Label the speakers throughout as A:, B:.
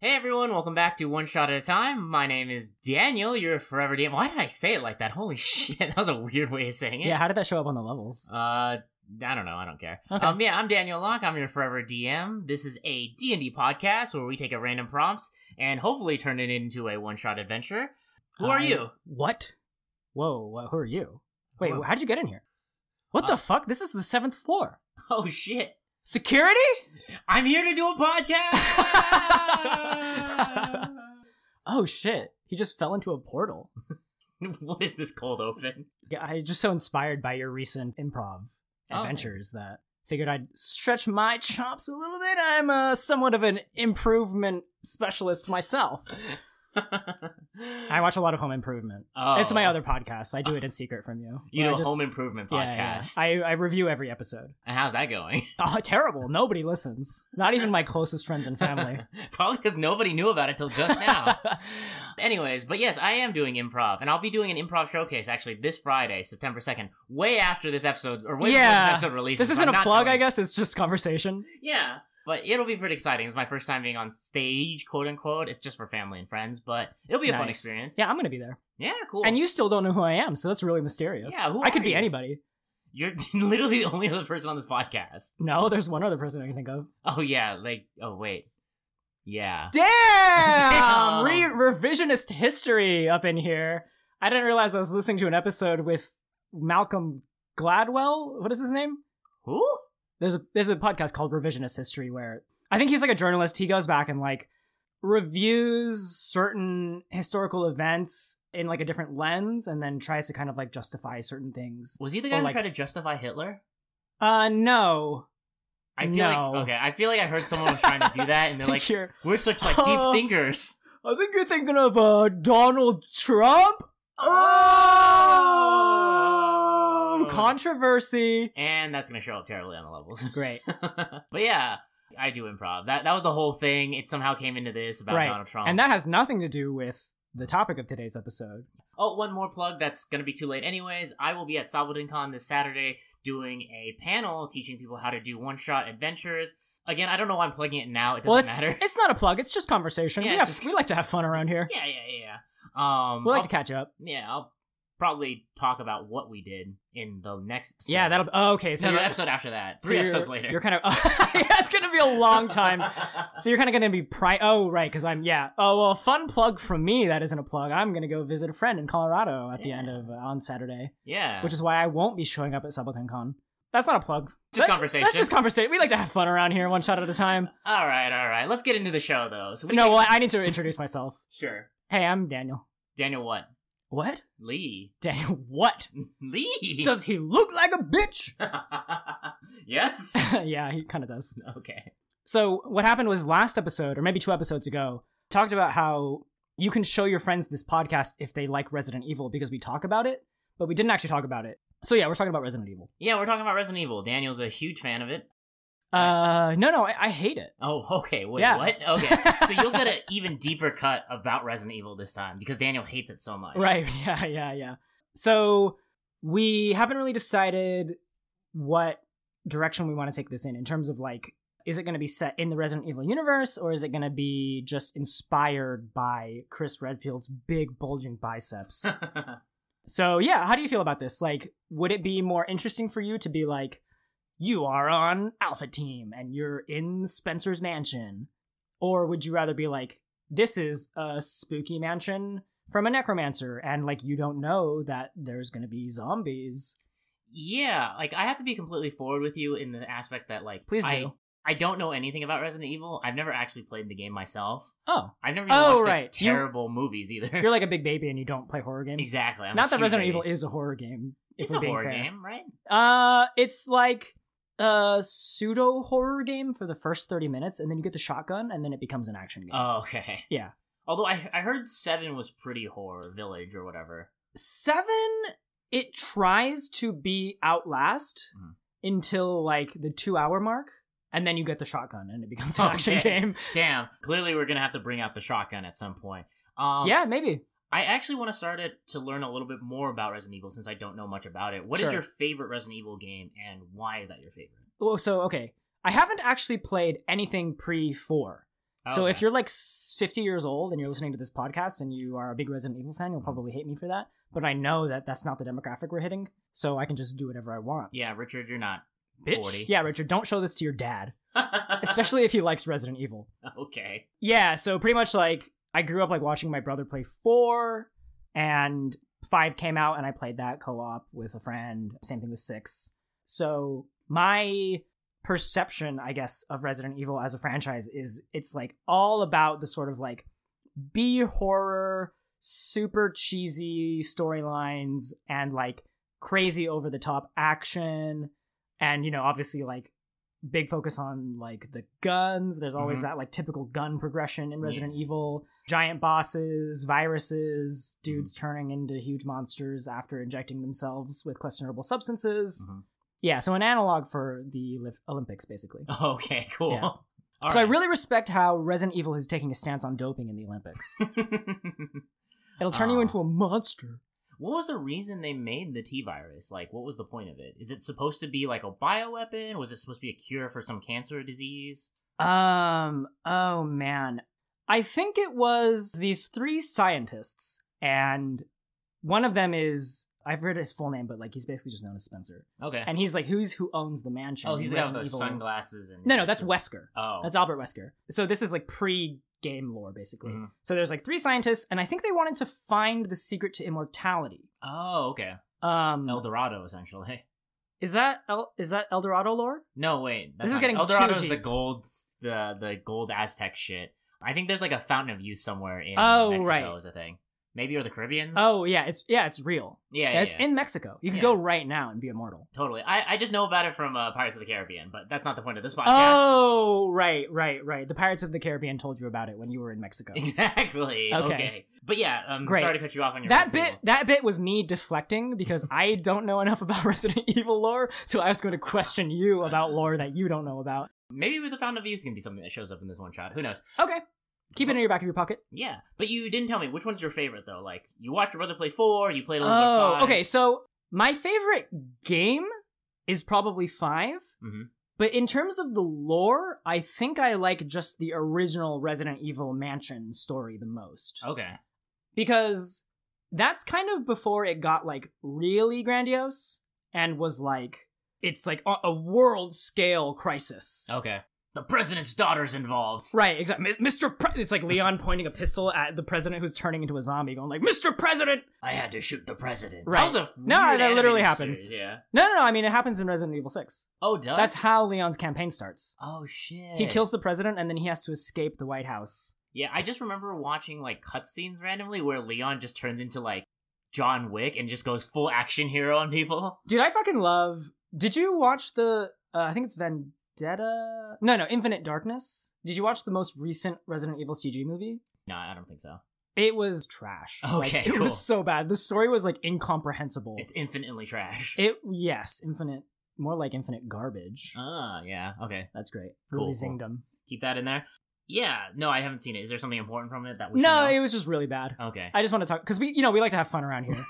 A: Hey everyone, welcome back to One Shot at a Time. My name is Daniel, you're forever DM. Why did I say it like that? Holy shit, that was a weird way of saying it.
B: Yeah, how did that show up on the levels?
A: Uh, I don't know. I don't care.
B: Okay.
A: Um, yeah, I'm Daniel Locke. I'm your forever DM. This is a D&D podcast where we take a random prompt and hopefully turn it into a one-shot adventure. Who are
B: I-
A: you?
B: What? Whoa, wha- who are you? Wait,
A: Whoa.
B: how did you get in here? What
A: Uh,
B: the fuck? This is the seventh floor.
A: Oh shit.
B: Security?
A: I'm here to do a podcast.
B: Oh shit. He just fell into a portal.
A: what is this cold open?
B: Yeah, I just so inspired by your recent improv
A: Oh.
B: adventures that figured I'd stretch my chops a little bit. I'm uh, somewhat of an improvement specialist myself. I watch a lot of home improvement.
A: Oh.
B: It's my other podcast. I do it in secret from you.
A: You
B: Where
A: know,
B: I just-
A: home improvement
B: Yeah, yeah.
A: podcast.
B: I, I review every episode.
A: And how's that going?
B: Oh, terrible. Nobody listens. Not even my closest friends and family.
A: Probably because nobody knew about it till just now. Anyways, but yes, I am doing improv, and I'll be doing an improv showcase actually this Friday, September second, way after this episode or way
B: Yeah.
A: before this episode releases.
B: this
A: so
B: isn't
A: I'm
B: a
A: not
B: plug,
A: telling-
B: I guess. It's just conversation.
A: Yeah, but it'll be pretty exciting. It's my first time being on stage, quote unquote. It's just for family and friends, but it'll be a fun
B: Nice.
A: experience.
B: Yeah, I'm going to be there.
A: Yeah, cool.
B: And you still don't know who I am, so that's really mysterious.
A: Yeah, who
B: I could
A: are
B: be
A: you?
B: anybody.
A: you're literally the only other person on this podcast.
B: No, there's one other person I can think of.
A: Oh yeah, like oh wait, yeah.
B: Damn!
A: Damn!
B: Re- revisionist history up in here. I didn't realize I was listening to an episode with Malcolm Gladwell. What is his name?
A: Who?
B: there's a there's a podcast called Revisionist History where I think he's like a journalist. He goes back and like reviews certain historical events in like a different lens and then tries to kind of like justify certain things.
A: Was he the guy
B: Or,
A: who
B: Oh, like-
A: tried to justify Hitler?
B: Uh no.
A: I feel
B: No.
A: like okay. I feel like I heard someone was trying to do that, and they're like,
B: You're-
A: "We're such like deep
B: Oh.
A: thinkers."
B: I think you're thinking of uh Donald Trump? Oh, controversy.
A: And that's gonna show up terribly on the levels.
B: Great.
A: but yeah, I do improv. That that was the whole thing. It somehow came into this about
B: Right.
A: Donald Trump.
B: And that has nothing to do with the topic of today's episode.
A: oh, one more plug. That's gonna be too late, anyways. I will be at SabotinCon this Saturday doing a panel teaching people how to do one shot adventures. Again, I don't know why I'm plugging it now. It doesn't
B: well, it's,
A: matter.
B: it's not a plug. It's just conversation.
A: Yeah,
B: we,
A: it's
B: have-
A: just-
B: we like to have fun around here.
A: yeah, yeah, yeah, yeah. Um,
B: We like
A: I'll-
B: to catch up.
A: yeah, I'll probably talk about what we did in the next. Episode.
B: Yeah, that'll. Oh, okay, so
A: So the
B: you're-
A: episode after that,
B: so
A: three
B: you're-
A: episodes later.
B: You're kind of. yeah, it's gonna be a long time. So you're kind of gonna be pri. Oh, right, because I'm. Yeah. Oh well, fun plug from me. That isn't a plug. I'm gonna go visit a friend in Colorado at the end of uh, on Saturday,
A: yeah,
B: which is why I won't be showing up at SubalternCon. That's not a plug.
A: just
B: That-
A: conversation.
B: That's just conversation. We like to have fun around here, one shot at a time.
A: all right, all right. Let's get into the show though. So we
B: No,
A: can-
B: well, I need to introduce myself.
A: sure.
B: Hey, I'm Daniel.
A: Daniel, what?
B: What?
A: Lee.
B: Daniel, what?
A: Lee.
B: Does he look like a bitch?
A: yes.
B: yeah, he kind of does.
A: Okay.
B: So what happened was last episode, or maybe two episodes ago, talked about how you can show your friends this podcast if they like Resident Evil because we talk about it, but we didn't actually talk about it. So yeah, we're talking about Resident Evil.
A: Yeah, we're talking about Resident Evil. Daniel's a huge fan of it.
B: Uh, no, no, I, I hate it.
A: Oh, okay. Wait,
B: Yeah.
A: what? Okay. so you'll get an even deeper cut about Resident Evil this time because Daniel hates it so much.
B: Right? Yeah, yeah, yeah. So we haven't really decided what direction we want to take this in in terms of like, is it going to be set in the Resident Evil universe or is it going to be just inspired by Chris Redfield's big bulging biceps? So yeah, how do you feel about this? Like, would it be more interesting for you to be like, you are on Alpha Team and you're in Spencer's mansion, or would you rather be like, this is a spooky mansion from a necromancer, and like you don't know that there's gonna be zombies?
A: yeah. Like I have to be completely forward with you in the aspect that like
B: Please
A: I,
B: do.
A: I don't know anything about Resident Evil. I've never actually played the game myself.
B: Oh,
A: I've never even
B: Oh,
A: watched
B: right.
A: the
B: You-
A: terrible movies either.
B: you're like a big baby and you don't play horror games.
A: exactly. I'm a
B: Not that
A: huge
B: Resident
A: baby.
B: Evil is a horror game. if
A: It's
B: we're
A: a
B: being
A: horror
B: fair.
A: game, right?
B: Uh, it's like a pseudo horror game for the first 30 minutes and then you get the shotgun and then it becomes an action game.
A: Oh, okay.
B: Yeah.
A: Although I I heard Seven was pretty horror village or whatever.
B: seven it tries to be outlast
A: Mhm.
B: until like the two hour mark and then you get the shotgun and it becomes an
A: Okay.
B: action game
A: Damn. Clearly, we're gonna have to bring out the shotgun at some point. Um,
B: yeah maybe
A: I actually want to start it to learn a little bit more about Resident Evil since I don't know much about it. What is
B: Sure.
A: your favorite Resident Evil game, and why is that your favorite?
B: well so okay i haven't actually played anything pre four so
A: Okay.
B: if you're like s- 50 years old and you're listening to this podcast and you are a big Resident Evil fan, you'll probably hate me for that. But I know that that's not the demographic we're hitting, so I can just do whatever I want.
A: yeah, Richard, you're not.
B: Bitch.
A: 40.
B: Yeah, Richard, don't show this to your dad, especially if he likes Resident Evil.
A: okay.
B: Yeah, so pretty much like I grew up like watching my brother play 4 and 5 came out and I played that co-op with a friend. Same thing with 6. So my perception, I guess, of Resident Evil as a franchise is it's like all about the sort of like B horror, super cheesy storylines and like crazy over the top action and you know obviously like big focus on like the guns there's always
A: Mhm.
B: that like typical gun progression in
A: Yeah.
B: resident evil giant bosses viruses dudes turning into huge monsters after injecting themselves with questionable substances
A: Mhm.
B: yeah so an analog for the Olymp- olympics basically
A: Okay. Cool.
B: Yeah.
A: All
B: so i
A: right.
B: really respect how resident evil is taking a stance on doping in the olympics it'll turn you
A: Aw.
B: into a monster
A: what was the reason they made the T virus? Like, what was the point of it? Is it supposed to be like a bioweapon? Was it supposed to be a cure for some cancer or disease?
B: Um, oh man. I think it was these three scientists, and one of them is I've read his full name, but like he's basically just known as Spencer.
A: Okay.
B: And he's like, who's who owns the mansion?
A: oh, he's the guy with
B: Resident
A: the
B: Evil-
A: sunglasses and
B: No, no, that's Wesker.
A: Oh,
B: That's Albert Wesker. So this is like pre game lore, basically.
A: Mhm.
B: So there's like three scientists, and I think they wanted to find the secret to immortality.
A: oh, okay.
B: Um,
A: El Dorado, essentially.
B: is that El- is that Eldorado lore?
A: No, wait. That's
B: This is
A: not-
B: getting
A: El Dorado
B: too
A: is the
B: deep.
A: gold, the the gold Aztec shit. I think there's like a fountain of youth somewhere in
B: Oh,
A: Mexico
B: right.
A: is a thing. Maybe or the Caribbean.
B: Oh yeah, it's yeah, it's real.
A: yeah,
B: Yeah,
A: yeah,
B: it's
A: yeah.
B: in Mexico. You can
A: Yeah.
B: go right now and be immortal.
A: totally. I I just know about it from uh, Pirates of the Caribbean, but that's not the point of this podcast.
B: Oh, right, right, right. The Pirates of the Caribbean told you about it when you were in Mexico.
A: Exactly.
B: Okay.
A: Okay. But yeah, um,
B: Great.
A: sorry to cut you off on your
B: That
A: first
B: bit,
A: Evil.
B: that bit was me deflecting because I don't know enough about Resident Evil lore, so I was going to question you about lore that you don't know about.
A: Maybe with the Fountain of Youth can be something that shows up in this one shot. Who knows?
B: Okay, keep it in your back of your pocket.
A: Yeah. But you didn't tell me which one's your favorite though. Like you watched your brother play four. You played a little bit of
B: Oh,
A: five.
B: okay. So my favorite game is probably 5
A: Mhm.
B: But in terms of the lore, I think I like just the original Resident Evil Mansion story the most.
A: Okay.
B: because that's kind of before it got like really grandiose and was like it's like a, a world scale crisis.
A: Okay. The president's daughter's involved.
B: Right, exactly. Mr. Pre- it's like Leon pointing a pistol at the president who's turning into a zombie, going like, "Mr. President!"
A: I had to shoot the president.
B: Right.
A: That was a
B: No,
A: weird
B: that literally
A: animated
B: happens.
A: series, yeah.
B: No, no, no. I mean, it happens in Resident Evil Six.
A: Oh, does
B: That's how Leon's campaign starts.
A: oh shit.
B: He kills the president, and then he has to escape the White House.
A: Yeah, I just remember watching like cutscenes randomly where Leon just turns into like John Wick and just goes full action hero on people.
B: Dude, I fucking love. Did you watch the? Uh, I think it's Vendetta. No, no, Infinite Darkness. Did you watch the most recent Resident Evil CG movie?
A: No, I don't think so.
B: It was trash. Like,
A: Okay,
B: it
A: cool.
B: was so bad. The story was like incomprehensible.
A: It's infinitely trash.
B: it yes, infinite, more like infinite garbage.
A: Ah, yeah. Okay,
B: That's great.
A: Cool,
B: really
A: cool.
B: zinged 'em.
A: keep that in there. Yeah. No, I haven't seen it. Is there something important from it that we? should
B: No,
A: know?
B: it was just really bad.
A: okay.
B: I just want to talk because we, you know, we like to have fun around here.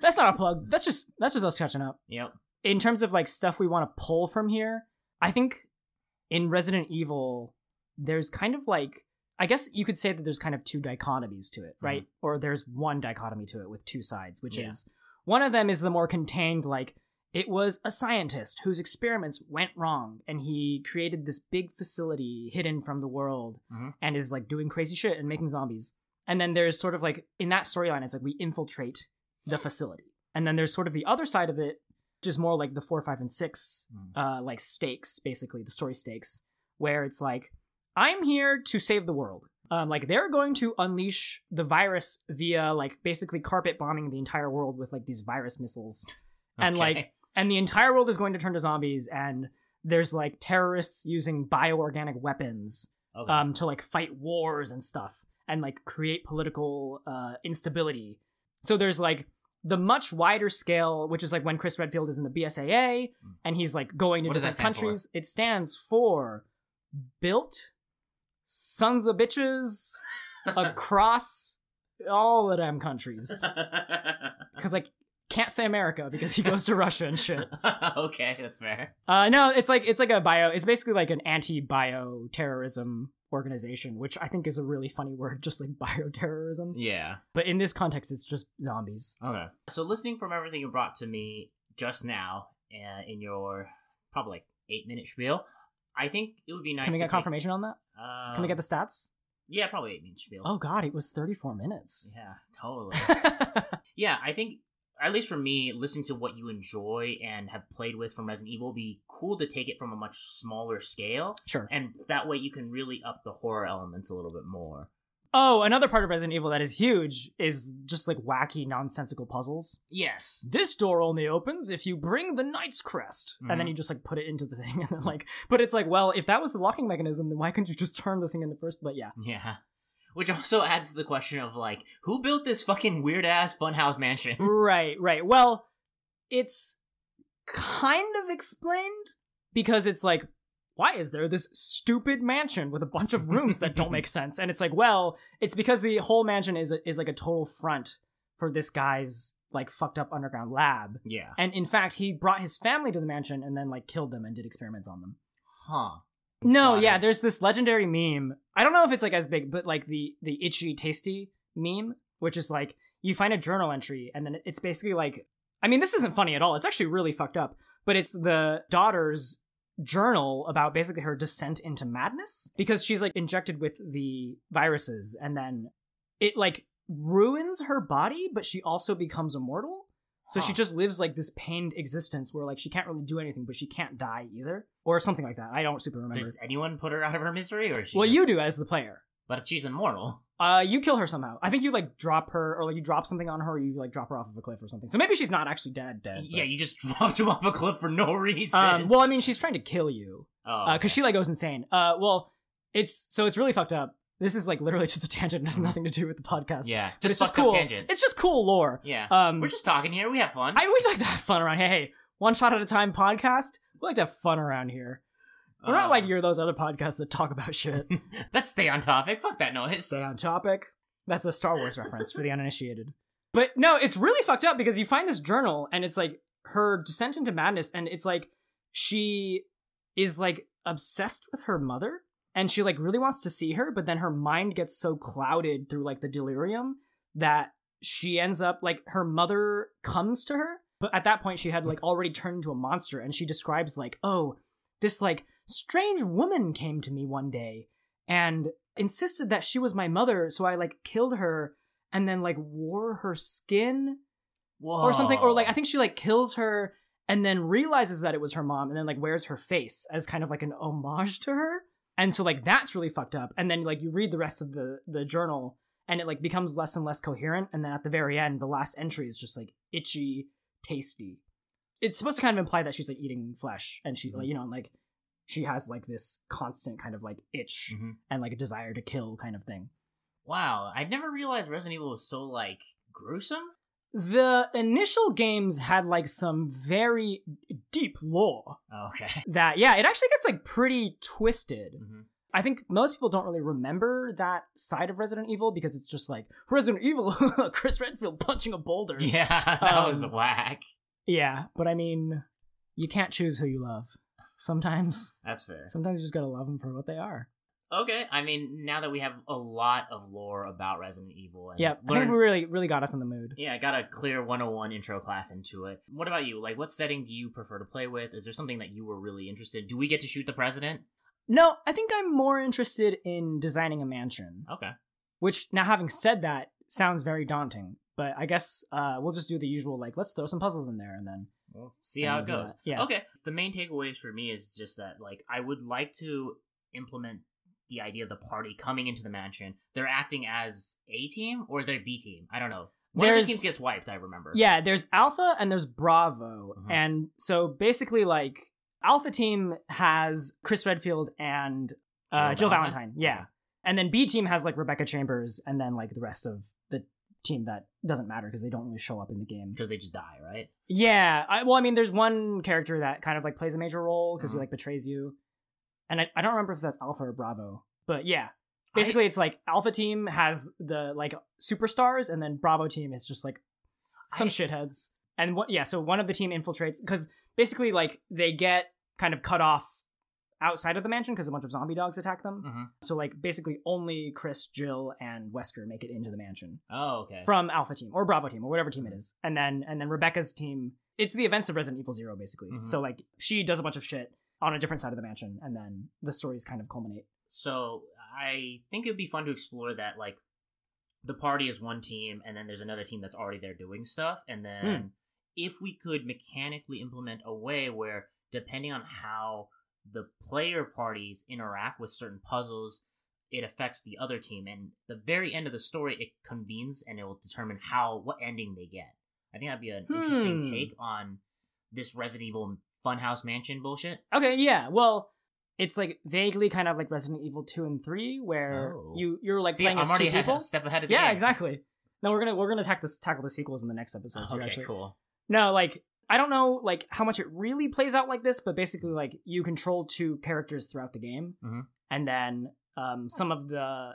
B: that's not a plug. That's just that's just us catching up.
A: Yep.
B: In terms of like stuff we want to pull from here, I think in Resident Evil, there's kind of like I guess you could say that there's kind of two dichotomies to it, right? Or there's one dichotomy to it with two sides, which
A: Yeah.
B: is one of them is the more contained, like it was a scientist whose experiments went wrong and he created this big facility hidden from the world
A: Mhm.
B: and is like doing crazy shit and making zombies. And then there's sort of like in that storyline, it's like we infiltrate the facility. And then there's sort of the other side of it, just more like the four, five, and six
A: Mm.
B: uh, like stakes, basically the story stakes, where it's like, I'm here to save the world. Um, like they're going to unleash the virus via like basically carpet bombing the entire world with like these virus missiles, and
A: Okay.
B: like and the entire world is going to turn to zombies, and there's like terrorists using bioorganic weapons
A: okay.
B: um, to like fight wars and stuff and like create political uh, instability. So there's like the much wider scale, which is like when Chris Redfield is in the BSAA
A: Mm.
B: and he's like going to
A: What does that
B: different
A: stand for?
B: countries. It stands for built sons of bitches across all of them countries because like can't say America because he goes to Russia and shit.
A: okay, that's fair.
B: Uh, no, it's like it's like a bio. It's basically like an anti-bio terrorism organization, which I think is a really funny word, just like bioterrorism.
A: Yeah.
B: But in this context, it's just zombies.
A: Okay. So listening from everything you brought to me just now uh, in your probably like eight minute spiel, I think it would be nice.
B: Can we
A: to
B: get
A: take-
B: confirmation on that?
A: Um,
B: Can we get the stats?
A: Yeah, probably eight minute spiel.
B: Oh God, it was 34 minutes.
A: Yeah, totally. yeah, I think at least for me, listening to what you enjoy and have played with from Resident Evil would be cool to take it from a much smaller scale,
B: sure.
A: and that way you can really up the horror elements a little bit more.
B: Oh, another part of Resident Evil that is huge is just like wacky, nonsensical puzzles.
A: Yes.
B: This door only opens if you bring the Knight's Crest, and then
A: Mhm.
B: you just like put it into the thing, and then like, but it's like, well, if that was the locking mechanism, then why couldn't you just turn the thing in the first? But yeah,
A: Yeah. Which also adds to the question of like, who built this fucking weird ass funhouse mansion?
B: right, right. Well, it's kind of explained because it's like, why is there this stupid mansion with a bunch of rooms that don't make sense? And it's like, well, it's because the whole mansion is is like a total front for this guy's like fucked up underground lab.
A: Yeah.
B: And in fact, he brought his family to the mansion and then like killed them and did experiments on them.
A: Huh.
B: No,
A: Slaughter.
B: yeah, there's this legendary meme. I don't know if it's like as big, but like the the itchy tasty meme, which is like you find a journal entry and then it's basically like I mean, this isn't funny at all. It's actually really fucked up, but it's the daughter's journal about basically her descent into madness because she's like injected with the viruses and then it like ruins her body, but she also becomes immortal. So she
A: Huh.
B: just lives like this pained existence where like she can't really do anything, but she can't die either, or something like that. I don't super remember.
A: Does anyone put her out of her misery, or is she
B: Well,
A: just-
B: you do as the player.
A: But if she's immortal,
B: Uh, you kill her somehow. I think you like drop her, or like you drop something on her, or you like drop her off of a cliff or something. So maybe she's not actually dead. Dead.
A: yeah, you just dropped him off a cliff for no reason.
B: but- Um, well, I mean, she's trying to kill you
A: oh,
B: because Uh, she like goes insane. Uh, well, it's so it's really fucked up. This is like literally just a tangent. It has nothing to do with the podcast.
A: Mm-hmm. yeah,
B: But
A: just
B: it's just
A: fucked up
B: cool.
A: tangents.
B: It's just cool lore.
A: yeah,
B: Um,
A: we're just talking here. We have fun.
B: I we like to have fun around here. Hey, one shot at a time podcast. We like to have fun around here. We're
A: Uh,
B: not like your those other podcasts that talk about shit.
A: Let's stay on topic. Fuck that noise.
B: stay on topic. That's a Star Wars reference for the uninitiated. But no, it's really fucked up because you find this journal and it's like her descent into madness and it's like she is like obsessed with her mother and she like really wants to see her but then her mind gets so clouded through like the delirium that she ends up like her mother comes to her but at that point she had like already turned into a monster and she describes like oh this like strange woman came to me one day and insisted that she was my mother so i like killed her and then like wore her skin
A: Whoa.
B: or something or like i think she like kills her and then realizes that it was her mom and then like wears her face as kind of like an homage to her and so like that's really fucked up and then like you read the rest of the the journal and it like becomes less and less coherent and then at the very end the last entry is just like itchy tasty it's supposed to kind of imply that she's like eating flesh and she like you know and, like she has like this constant kind of like itch
A: Mhm.
B: and like a desire to kill kind of thing
A: Wow, I never realized Resident Evil was so like gruesome.
B: the initial games had like some very deep lore
A: Oh, Okay.
B: that yeah it actually gets like pretty twisted
A: Mhm.
B: i think most people don't really remember that side of resident evil because it's just like resident evil chris redfield punching a boulder
A: Yeah, that was
B: Um,
A: whack.
B: Yeah, but i mean you can't choose who you love sometimes
A: That's fair.
B: sometimes you just gotta love them for what they are
A: Okay, I mean, now that we have a lot of lore about Resident Evil, and
B: yeah i
A: learned-
B: think we really really got us in the mood
A: Yeah, I got a clear 101 intro class into it. What about you? Like, what setting do you prefer to play with? Is there something that you were really interested? Do we get to shoot the president?
B: no i think i'm more interested in designing a mansion
A: Okay.
B: Which now having said that sounds very daunting, but I guess uh, we'll just do the usual like let's throw some puzzles in there and then
A: We'll see
B: and
A: how
B: we'll
A: it
B: do
A: goes.
B: that. Yeah.
A: Okay. The main takeaways for me is just that, like, I would like to implement the idea of the party coming into the mansion. They're acting as A team or their B team. I don't know. One of
B: There's-
A: the teams gets wiped. I remember.
B: Yeah, there's Alpha and there's Bravo.
A: Mhm.
B: And so basically like Alpha team has Chris Redfield and uh, Jill,
A: Jill
B: Valentine.
A: Valentine?
B: Yeah.
A: Okay.
B: And then B team has like Rebecca Chambers and then like the rest of the team that doesn't matter because they don't really show up in the game.
A: Because they just die, right?
B: Yeah. I, well, I mean, there's one character that kind of like plays a major role because he
A: Mhm.
B: like betrays you, and I, I don't remember if that's Alpha or Bravo, but yeah. Basically, it's like Alpha Team has the like superstars, and then Bravo Team is just like some
A: I-
B: shitheads. And what? Yeah. So one of the team infiltrates because basically, like they get kind of cut off outside of the mansion because a bunch of zombie dogs attack them.
A: Mhm.
B: So like basically only Chris, Jill, and Wesker make it into the mansion
A: Oh, okay.
B: from Alpha Team or Bravo Team or whatever team it is, and then and then Rebecca's team. It's the events of Resident Evil Zero basically.
A: Mhm.
B: So like she does a bunch of shit on a different side of the mansion, and then the stories kind of culminate.
A: so I think it'd be fun to explore that like the party is one team and then there's another team that's already there doing stuff
B: Hmm.
A: and then if we could mechanically implement a way where depending on how the player parties interact with certain puzzles it affects the other team and the very end of the story it convenes and it will determine how what ending they get. I think that'd be an interesting
B: Hmm.
A: take on this Resident Evil Funhouse Mansion bullshit.
B: Okay, yeah. Well, it's like vaguely kind of like Resident Evil two and three, where
A: Oh.
B: you you're like
A: See,
B: playing
A: I'm
B: as two
A: already
B: people.
A: a step ahead of the
B: yeah,
A: game.
B: exactly. No, we're gonna we're gonna tackle this tackle the sequels in the next episode.
A: Okay, cool.
B: No, like I don't know like how much it really plays out like this, but basically like you control two characters throughout the game,
A: Mhm.
B: and then um, some of the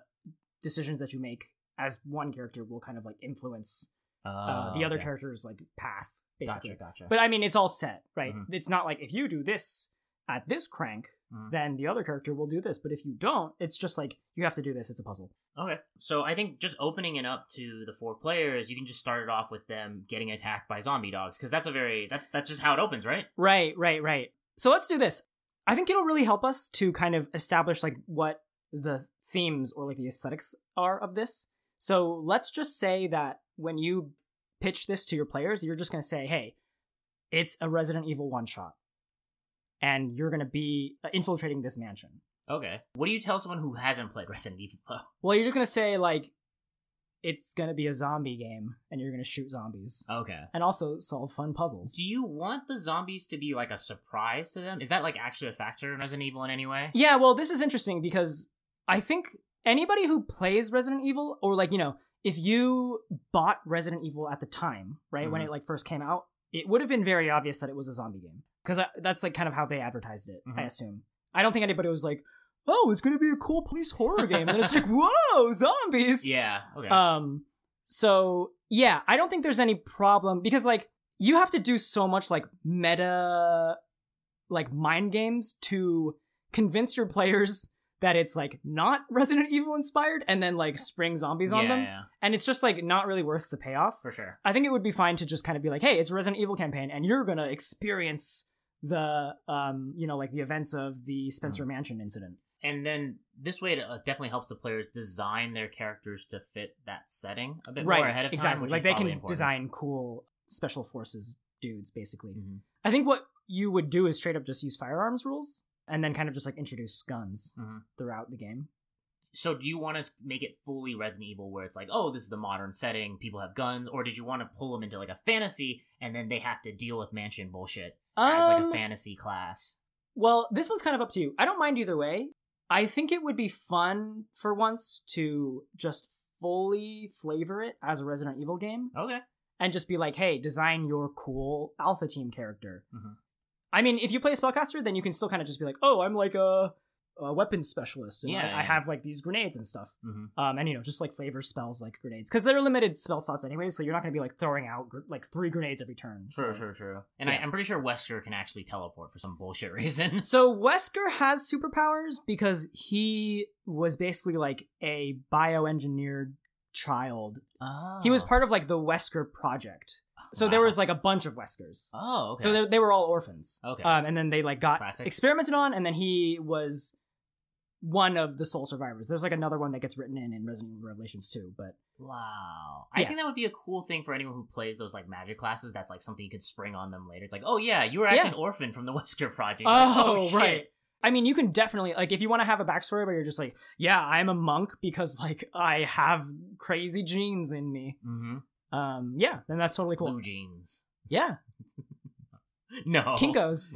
B: decisions that you make as one character will kind of like influence uh, the
A: Oh, Ah,
B: other
A: okay.
B: character's like path basically.
A: Gotcha, gotcha.
B: But I mean, it's all set, right?
A: Mhm.
B: It's not like if you do this at this crank,
A: Mhm.
B: then the other character will do this. But if you don't, it's just like you have to do this. It's a puzzle.
A: okay, so I think just opening it up to the four players, you can just start it off with them getting attacked by zombie dogs because that's a very that's that's just how it opens, right?
B: Right, right, right. So let's do this. I think it'll really help us to kind of establish like what the themes or like the aesthetics are of this. So let's just say that when you pitch this to your players, you're just going to say, "Hey, it's a Resident Evil one shot." And you're going to be uh, infiltrating this mansion.
A: Okay. What do you tell someone who hasn't played Resident Evil?
B: Well, you're just gonna say like it's gonna be a zombie game, and you're gonna shoot zombies,
A: Okay.
B: and also solve fun puzzles.
A: Do you want the zombies to be like a surprise to them? Is that like actually a factor in Resident Evil in any way?
B: yeah, well, this is interesting because I think anybody who plays Resident Evil, or like you know, if you bought Resident Evil at the time, right when
A: Mhm.
B: it like first came out, it would have been very obvious that it was a zombie game because that's like kind of how they advertised it. I
A: Mhm.
B: assume. I don't think anybody was like, "Oh, it's gonna be a cool police horror game," and it's like, "Whoa, zombies!"
A: Yeah. Okay.
B: Um so yeah, I don't think there's any problem because like you have to do so much like meta like mind games to convince your players that it's like not Resident Evil inspired and then like spring zombies on
A: yeah,
B: them
A: yeah,
B: and it's just like not really worth the payoff.
A: for sure.
B: I think it would be fine to just kind of be like, "Hey, it's a Resident Evil campaign and you're going to experience the um you know like the events of the
A: Mm.
B: Spencer Mansion incident."
A: And then this way, it uh, definitely helps the players design their characters to fit that setting a bit more ahead of time.
B: exactly.
A: which
B: like
A: is
B: they
A: probably
B: can
A: important.
B: design cool special forces dudes, basically.
A: Mhm.
B: I think what you would do is straight up just use firearms rules and then kind of just like introduce guns
A: Mhm.
B: throughout the game.
A: so do you want to make it fully Resident Evil where it's like, oh, this is the modern setting, people have guns, or did you want to pull them into like a fantasy and then they have to deal with mansion bullshit as like
B: Um,
A: a fantasy class?
B: well, this one's kind of up to you. I don't mind either way. I think it would be fun for once to just fully flavor it as a Resident Evil game
A: Okay.
B: and just be like, hey, design your cool Alpha Team character.
A: Mhm.
B: I mean, if you play a spellcaster, then you can still kind of just be like, oh, I'm like a, a weapons specialist. And
A: Yeah,
B: I,
A: yeah,
B: I
A: yeah.
B: have like these grenades and stuff.
A: hmm
B: Um, and you know, just like flavor spells like grenades, because they're limited spell slots anyway, so you're not gonna be like throwing out gr- like three grenades every turn. so.
A: True, true, true. And I,
B: Yeah.
A: I'm pretty sure Wesker can actually teleport for some bullshit reason.
B: So Wesker has superpowers because he was basically like a bioengineered child.
A: Oh.
B: He was part of like the Wesker project, so there
A: Wow.
B: was like a bunch of Weskers.
A: Oh, okay.
B: So they, they were all orphans.
A: Okay.
B: Um, and then they like got
A: Classic.
B: experimented on, and then he was one of the sole survivors. There's like another one that gets written in in Resident Evil Revelations too, but
A: Wow. I
B: Yeah.
A: think that would be a cool thing for anyone who plays those like magic classes. That's like something you could spring on them later. It's like, oh yeah, you were actually
B: Yeah.
A: an orphan from the Wesker Project.
B: Oh,
A: shit.
B: right. I mean, you can definitely like if you want to have a backstory where you're just like, yeah, I'm a monk because like I have crazy genes in me.
A: Mm-hmm.
B: Um, yeah, then that's totally cool.
A: Blue jeans.
B: Yeah,
A: No.
B: Kinkos.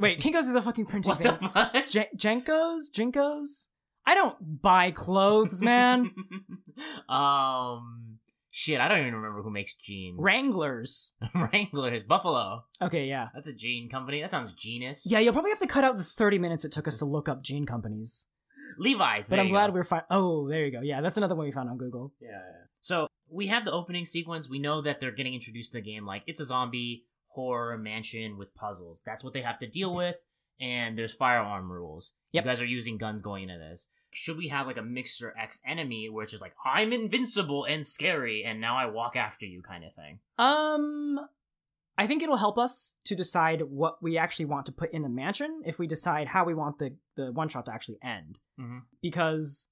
B: Wait, Kinkos is a fucking printing
A: Oh. What the
B: thing.
A: fuck?
B: J- Jenkos, Jinkos. I don't buy clothes, man.
A: um, shit, I don't even remember who makes jeans.
B: Wranglers.
A: Wranglers, Buffalo.
B: Okay, yeah,
A: That's a jean company. That sounds genus.
B: yeah. You'll probably have to cut out the 30 minutes it took us to look up gene companies.
A: Levi's.
B: But
A: there
B: I'm
A: you
B: glad
A: go.
B: we we're fine. Oh, there you go. Yeah, that's another one we found on Google.
A: Yeah, yeah. So we have the opening sequence. We know that they're getting introduced to the game. Like it's a zombie horror mansion with puzzles. That's what they have to deal with. and there's firearm rules.
B: Yep.
A: You guys are using guns going into this. Should we have like a mixer X enemy where it's just like I'm invincible and scary, and now I walk after you kind of thing?
B: Um, I think it'll help us to decide what we actually want to put in the mansion if we decide how we want the the one shot to actually end.
A: Mhm.
B: Because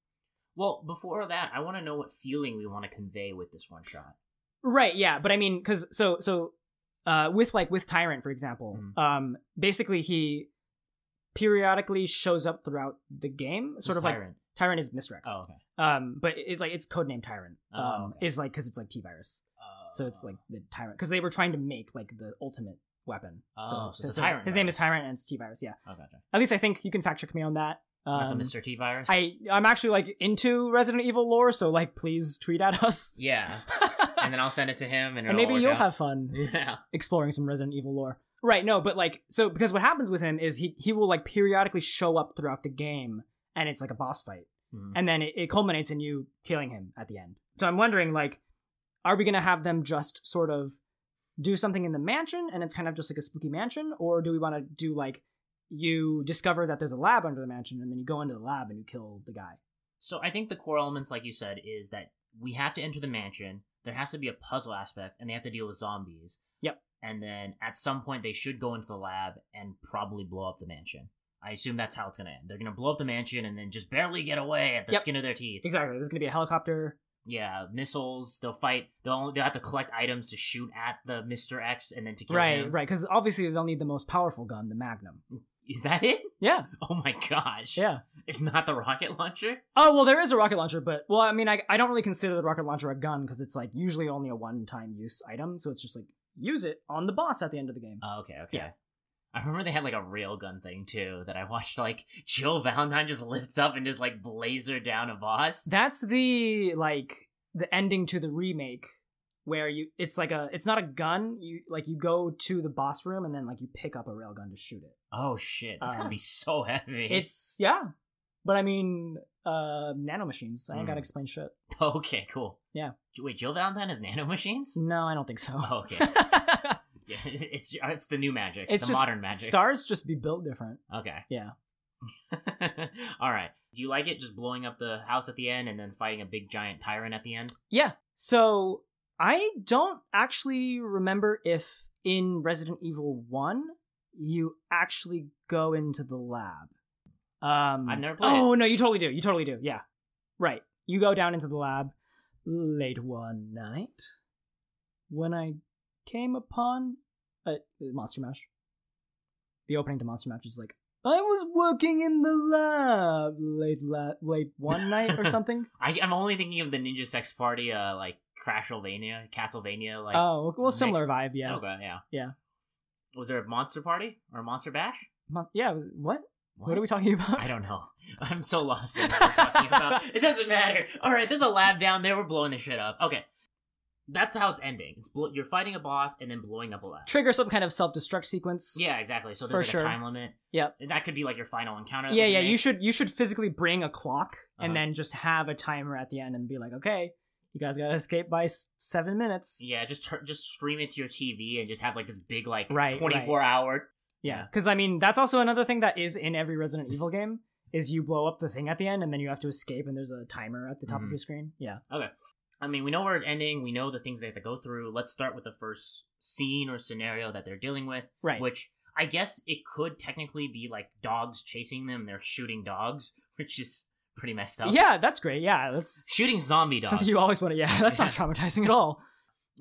A: Well, before that, I want to know what feeling we want to convey with this one shot.
B: right, yeah, but I mean, because so so uh, with like with Tyrant for example,
A: Mhm.
B: um, basically he periodically shows up throughout the game, sort
A: Who's
B: of like
A: Tyrant?
B: Tyrant is Mr. X.
A: Oh, okay.
B: Um, but it's like it's codenamed Tyrant.
A: Oh,
B: Um,
A: okay.
B: is like because it's like T virus,
A: Uh,
B: so it's like the Tyrant because they were trying to make like the ultimate weapon.
A: Oh, so it's a Tyrant
B: His name is
A: virus.
B: Tyrant and it's T virus. Yeah.
A: oh, gotcha.
B: At least I think you can fact check me on that.
A: Not
B: Um,
A: the Mr. T virus.
B: I I'm actually like into Resident Evil lore, so like please tweet at us.
A: yeah, and then I'll send it to him, and,
B: And
A: it'll
B: maybe
A: work
B: you'll
A: out.
B: have fun
A: yeah.
B: exploring some Resident Evil lore. Right, no, but like so because what happens with him is he he will like periodically show up throughout the game and it's like a boss fight.
A: Mhm.
B: And then it, it culminates in you killing him at the end. So I'm wondering like are we going to have them just sort of do something in the mansion and it's kind of just like a spooky mansion or do we want to do like you discover that there's a lab under the mansion and then you go into the lab and you kill the guy.
A: So I think the core elements, like you said, is that we have to enter the mansion. There has to be a puzzle aspect, and they have to deal with zombies.
B: Yep.
A: And then at some point, they should go into the lab and probably blow up the mansion. I assume that's how it's going to end. They're going to blow up the mansion and then just barely get away at the
B: Yep.
A: skin of their teeth.
B: Exactly. There's going to be a helicopter.
A: Yeah, missiles. They'll fight. They'll only, they'll have to collect items to shoot at the Mister X and then to kill
B: right,
A: him.
B: right, cuz obviously they'll need the most powerful gun, the magnum.
A: Is that it?
B: Yeah,
A: Oh my gosh!
B: yeah.
A: It's not the rocket launcher.
B: Oh well, there is a rocket launcher, but well, I mean, I, I don't really consider the rocket launcher a gun because it's like usually only a one time use item, so it's just like use it on the boss at the end of the game.
A: Oh, okay, okay.
B: Yeah.
A: I remember they had like a railgun thing too that I watched. Like Jill Valentine just lifts up and just like blazer down a boss.
B: That's the like the ending to the remake where you it's like a it's not a gun you like you go to the boss room and then like you pick up a railgun to shoot it.
A: Oh shit, that's
B: Um,
A: gotta be so heavy.
B: It's yeah, but I mean, uh, nanomachines. I ain't gotta
A: Hmm.
B: explain shit.
A: okay, cool.
B: Yeah. Mm.
A: J- Wait, Jill Valentine has nanomachines?
B: No, I don't think so.
A: Oh, okay. Yeah, it's it's the new magic.
B: It's
A: the
B: just
A: modern magic.
B: Stars just be built different.
A: okay.
B: Yeah.
A: All right. Do you like it just blowing up the house at the end and then fighting a big giant tyrant at the end?
B: Yeah. So I don't actually remember if in Resident Evil 1 you actually go into the lab. Um
A: I've never played
B: Oh, no, you totally do. You totally do. Yeah. Right. You go down into the lab late one night when I came upon uh, Monster Mash. The opening to Monster Mash is like I was working in the lab late la- late one night or something.
A: I, I'm only thinking of the Ninja Sex Party, uh, like Crashylvania, Castlevania, like
B: oh, well, similar
A: mixed-
B: vibe, yeah.
A: Okay, yeah.
B: Yeah.
A: Was there a monster party or a monster bash?
B: Mon- yeah, it was, what? what? are we talking about?
A: I don't know. I'm so lost in what we're talking about. It doesn't matter. All right, there's a lab down there. We're blowing the shit up. Okay. That's how it's ending. It's blow- you're fighting a boss and then blowing up a lab.
B: Trigger some kind of self destruct sequence.
A: Yeah, exactly. So
B: For
A: there's like
B: sure.
A: a time limit.
B: Yep.
A: And That could be like your final encounter. that
B: Yeah,
A: we
B: yeah. You
A: make.
B: should you should physically bring a clock and
A: Uh-huh.
B: then just have a timer at the end and be like, okay, you guys gotta escape by s- seven minutes.
A: Yeah, just tur- just stream it to your TV and just have like this big like
B: Right, right.
A: 24 hour.
B: Yeah,
A: Yeah.
B: because I mean that's also another thing that is in every Resident Evil game is you blow up the thing at the end and then you have to escape and there's a timer at the top of
A: Mhm.
B: your screen. Yeah,
A: I mean, we know where it's ending. We know the things they have to go through. Let's start with the first scene or scenario that they're dealing with.
B: right.
A: which I guess it could technically be like dogs chasing them. They're shooting dogs, which is pretty messed up.
B: yeah, that's great. Yeah, that's
A: shooting zombie dogs.
B: something you always want to. Yeah, that's not
A: Yeah.
B: traumatizing at all.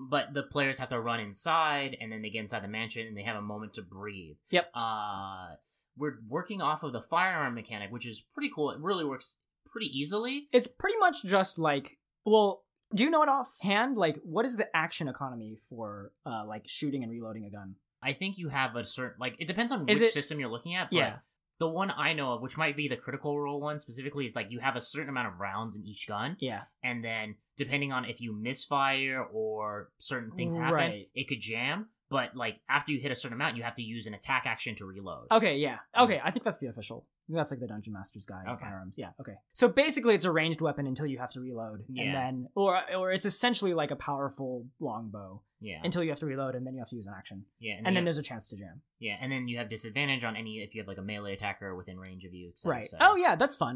A: but the players have to run inside, and then they get inside the mansion, and they have a moment to breathe.
B: Yep.
A: Uh, we're working off of the firearm mechanic, which is pretty cool. It really works pretty easily.
B: it's pretty much just like well do you know it offhand like what is the action economy for uh like shooting and reloading a gun
A: I think you have a certain like it depends on
B: Is
A: which
B: it-
A: system you're looking at. But The one I know of, which might be the critical role one specifically, is like you have a certain amount of rounds in each gun.
B: yeah
A: and then depending on if you misfire or certain things happen,
B: Right.
A: it could jam.
B: Oh,
A: But like after you hit a certain amount, you have to use an attack action to reload.
B: okay yeah okay i think that's the official That's like the dungeon master's guide
A: Okay.
B: firearms. Yeah. Okay. So basically, it's a ranged weapon until you have to reload,
A: Yeah.
B: and then or or it's essentially like a powerful longbow
A: Yeah.
B: until you have to reload, and then you have to use an action,
A: yeah. you
B: and, then
A: have-
B: there's a chance to jam.
A: yeah, and then you have disadvantage on any if you have like a melee attacker within range of you. Et cetera,
B: Right.
A: et cetera.
B: Oh yeah, that's fun.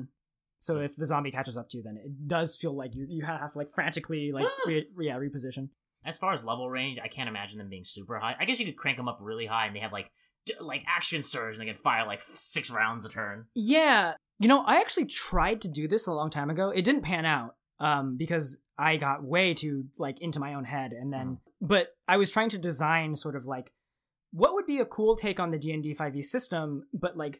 B: So
A: Yeah.
B: if the zombie catches up to you, then it does feel like you you have to like frantically like
A: Ah!
B: re- yeah reposition.
A: As far as level range, I can't imagine them being super high. I guess you could crank them up really high, and they have like d- like action surge, and they can fire like f- six rounds a turn.
B: Yeah. You know, I actually tried to do this a long time ago. It didn't pan out um because I got way too like into my own head and then but I was trying to design sort of like what would be a cool take on the D&D 5e E system but like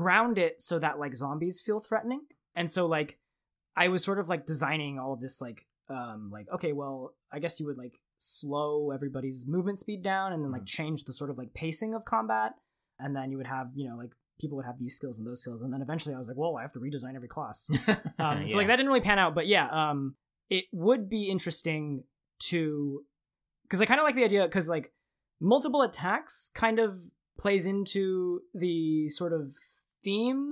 B: ground it so that like zombies feel threatening. And so like I was sort of like designing all of this like um like okay, well, I guess you would like slow everybody's movement speed down and then like
A: Mhm.
B: change the sort of like pacing of combat and then you would have, you know, like people would have these skills and those skills and then eventually i was like well i have to redesign every class um, so like that didn't really pan out but yeah um, it would be interesting to because i kind of like the idea because like multiple attacks kind of plays into the sort of theme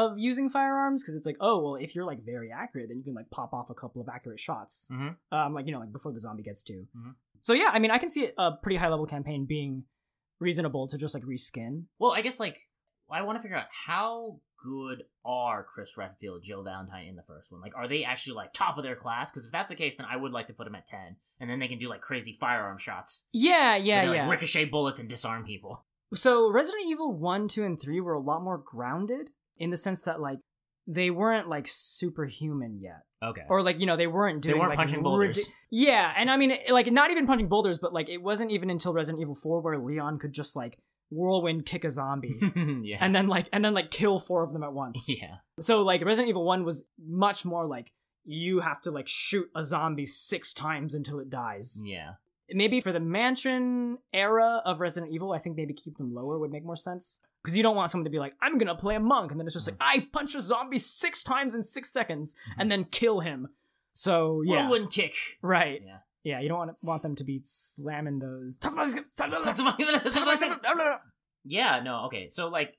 B: of using firearms because it's like oh well if you're like very accurate then you can like pop off a couple of accurate shots
A: Mhm.
B: um, like you know like before the zombie gets to you
A: Mhm.
B: so yeah i mean i can see a pretty high level campaign being reasonable to just like reskin
A: Well, I guess like I want to figure out how good are Chris Redfield, Jill Valentine in the first one? Like, are they actually like top of their class? Because if that's the case, then I would like to put them at ten, and then they can do like crazy firearm shots.
B: yeah
A: where
B: yeah
A: they, like,
B: yeah
A: ricochet bullets and disarm people.
B: so Resident Evil 1, 2, and 3 were a lot more grounded in the sense that like they weren't like superhuman yet.
A: Okay.
B: Or like, you know, they weren't
A: They
B: doing
A: weren't
B: like,
A: punching
B: ridi-
A: boulders.
B: Yeah, and I mean it- like not even punching boulders, but like it wasn't even until Resident Evil 4 where Leon could just like whirlwind kick a zombie
A: yeah.
B: and then like and then like kill four of them at once.
A: yeah.
B: So like Resident Evil 1 was much more like you have to like shoot a zombie 6 times until it dies.
A: Yeah.
B: maybe for the mansion era of Resident Evil, I think maybe keep them lower would make more sense. Because you don't want someone to be like, I'm gonna play a monk, and then it's just like, I punch a zombie six times in six seconds and then kill him. So yeah,
A: Whirlwind kick.
B: right,
A: Yeah.
B: yeah, you don't want want them to be slamming those.
A: That's my- that's my- yeah. No. Okay. So like.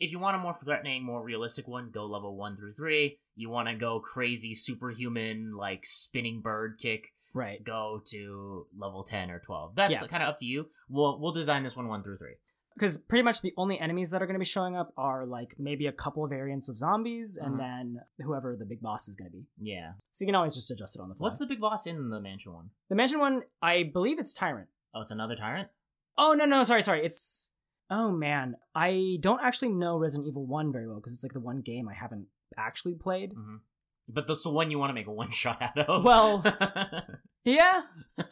A: If you want a more threatening, more realistic one, go level one through three. You want to go crazy, superhuman, like spinning bird kick.
B: Right.
A: go to level 10 or 12 that's
B: Yeah.
A: kind of up to you we'll we'll design this one one through three
B: because pretty much the only enemies that are going to be showing up are like maybe a couple variants of zombies, and
A: Mhm.
B: then whoever the big boss is going to be.
A: yeah
B: So you can always just adjust it on the fly.
A: what's the big boss in the mansion one?
B: the mansion one? I believe it's Tyrant.
A: Oh, it's another tyrant
B: Oh no no sorry sorry it's oh man I don't actually know Resident Evil One very well because it's like the one game I haven't actually played.
A: hmm but that's the one you want to make a one shot out of
B: Mm-hmm. Well- Yeah,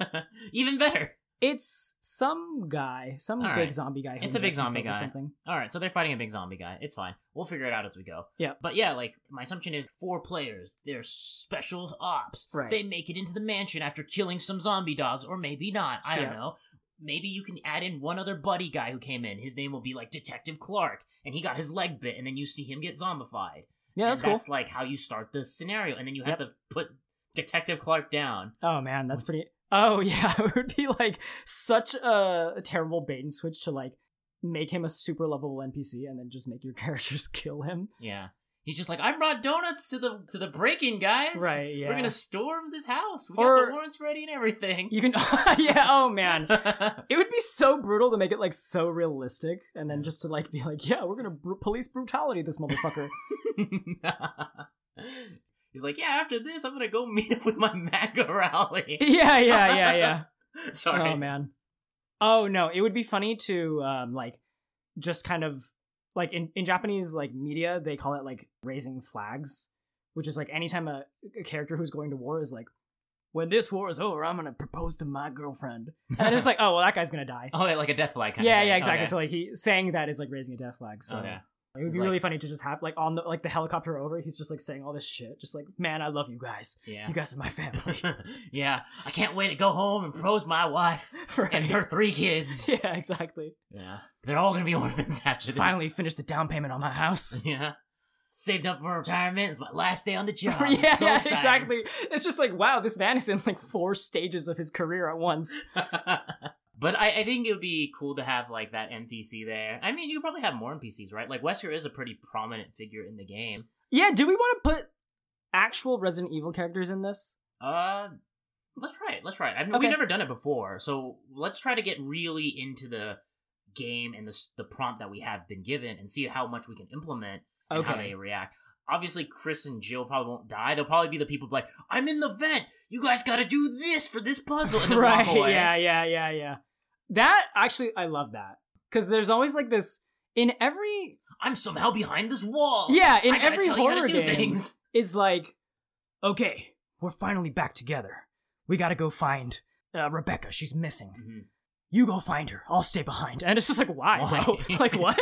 A: even better
B: it's some guy, some
A: All
B: big
A: right.
B: zombie guy. who
A: It's a big
B: injects himself
A: zombie
B: with
A: guy.
B: Something.
A: all right so they're fighting a big zombie guy it's fine we'll figure it out as we go
B: Yeah.
A: but yeah like my assumption is four players they're special ops
B: Right.
A: they make it into the mansion after killing some zombie dogs or maybe not i don't
B: Yeah.
A: know maybe you can add in one other buddy guy who came in his name will be like detective clark and he got his leg bit and then you see him get zombified
B: Yeah,
A: And
B: that's cool.
A: that's like how you start the scenario and then you have to put detective clark down
B: Oh man, that's pretty. Oh yeah, it would be like such a, a terrible bait and switch to like make him a super lovable NPC and then just make your characters kill him.
A: yeah he's just like i brought donuts to the to the break-in guys
B: Right. Yeah.
A: we're gonna storm this house we got
B: Or-
A: the warrants ready and everything
B: You can. yeah. Oh man.
A: man
B: It would be so brutal to make it like so realistic, and then just to like be like, yeah, we're gonna br- police brutality this motherfucker.
A: He's like, yeah, after this, I'm gonna go meet up with my MAGA rally.
B: yeah, yeah, yeah, yeah.
A: Sorry.
B: Oh man. Oh no, it would be funny to um like just kind of like in, in Japanese like media they call it like raising flags, which is like anytime a, a character who's going to war is like, when this war is over, I'm gonna propose to my girlfriend, and it's like, oh well, that guy's gonna die.
A: oh, yeah, like a death flag kind of
B: yeah,
A: thing.
B: yeah, exactly.
A: Okay.
B: So like he saying that is like raising a death flag. So.
A: Okay.
B: It would
A: It's
B: be
A: like-
B: really funny to just have like on the like the helicopter over. He's just like saying all this shit, just like, "Man, I love you guys. You
A: Yeah.
B: guys are my family."
A: yeah. I can't wait to go home and propose to my wife
B: right?
A: and her three kids.
B: yeah, exactly.
A: yeah. They're all gonna be orphans after this.
B: Finally, finished the down payment on my house.
A: Yeah. Saved up for retirement. It's my last day on the job. I'm
B: yeah,
A: so
B: yeah,
A: excited.
B: exactly. It's just like, wow, this man is in like four stages of his career at once.
A: But I, I think it would be cool to have like that NPC there. I mean, you could probably have more NPCs, right? Like Wesker is a pretty prominent figure in the game.
B: Yeah, do we want to put actual Resident Evil characters in this?
A: Uh, let's try it. Let's try it. I mean,
B: Okay.
A: we've never done it before, so let's try to get really into the game and the s- the prompt that we have been given, and see how much we can implement and how they react. Obviously, Chris and Jill probably won't die. They'll probably be the people like, "I'm in the vent. You guys got to do this for this puzzle," and then
B: right.
A: walk away.
B: Yeah, yeah, yeah, yeah. That actually I love that. Cuz there's always like this in every
A: I'm somehow behind this wall.
B: Yeah, in
A: Oh, I gotta
B: every
A: tell you how
B: horror
A: to do
B: game
A: things.
B: it's like okay, we're finally back together. We got to go find uh, Rebecca, she's missing.
A: Mhm.
B: You go find her. I'll stay behind. And it's just like why, bro?
A: Why?
B: like what?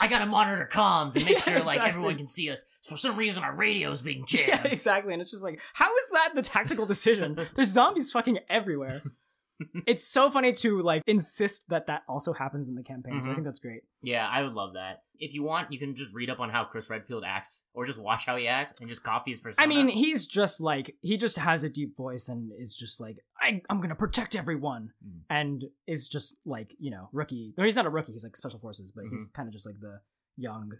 A: I gotta monitor comms and make sure
B: Yeah,
A: like
B: exactly.
A: everyone can see us. For some reason, our radio's being jammed.
B: Yeah, exactly. And it's just like, how is that the tactical decision? There's zombies fucking everywhere. it's so funny to like insist that that also happens in the campaign. So I
A: Mhm.
B: think that's great.
A: Yeah, I would love that. If you want, you can just read up on how Chris Redfield acts, or just watch how he acts and just copy his persona.
B: I mean, he's just like he just has a deep voice and is just like I, I'm gonna protect everyone,
A: Mm.
B: and is just like you know rookie. No, he's not a rookie. He's like special forces, but he's
A: Mm-hmm.
B: kind of just like the young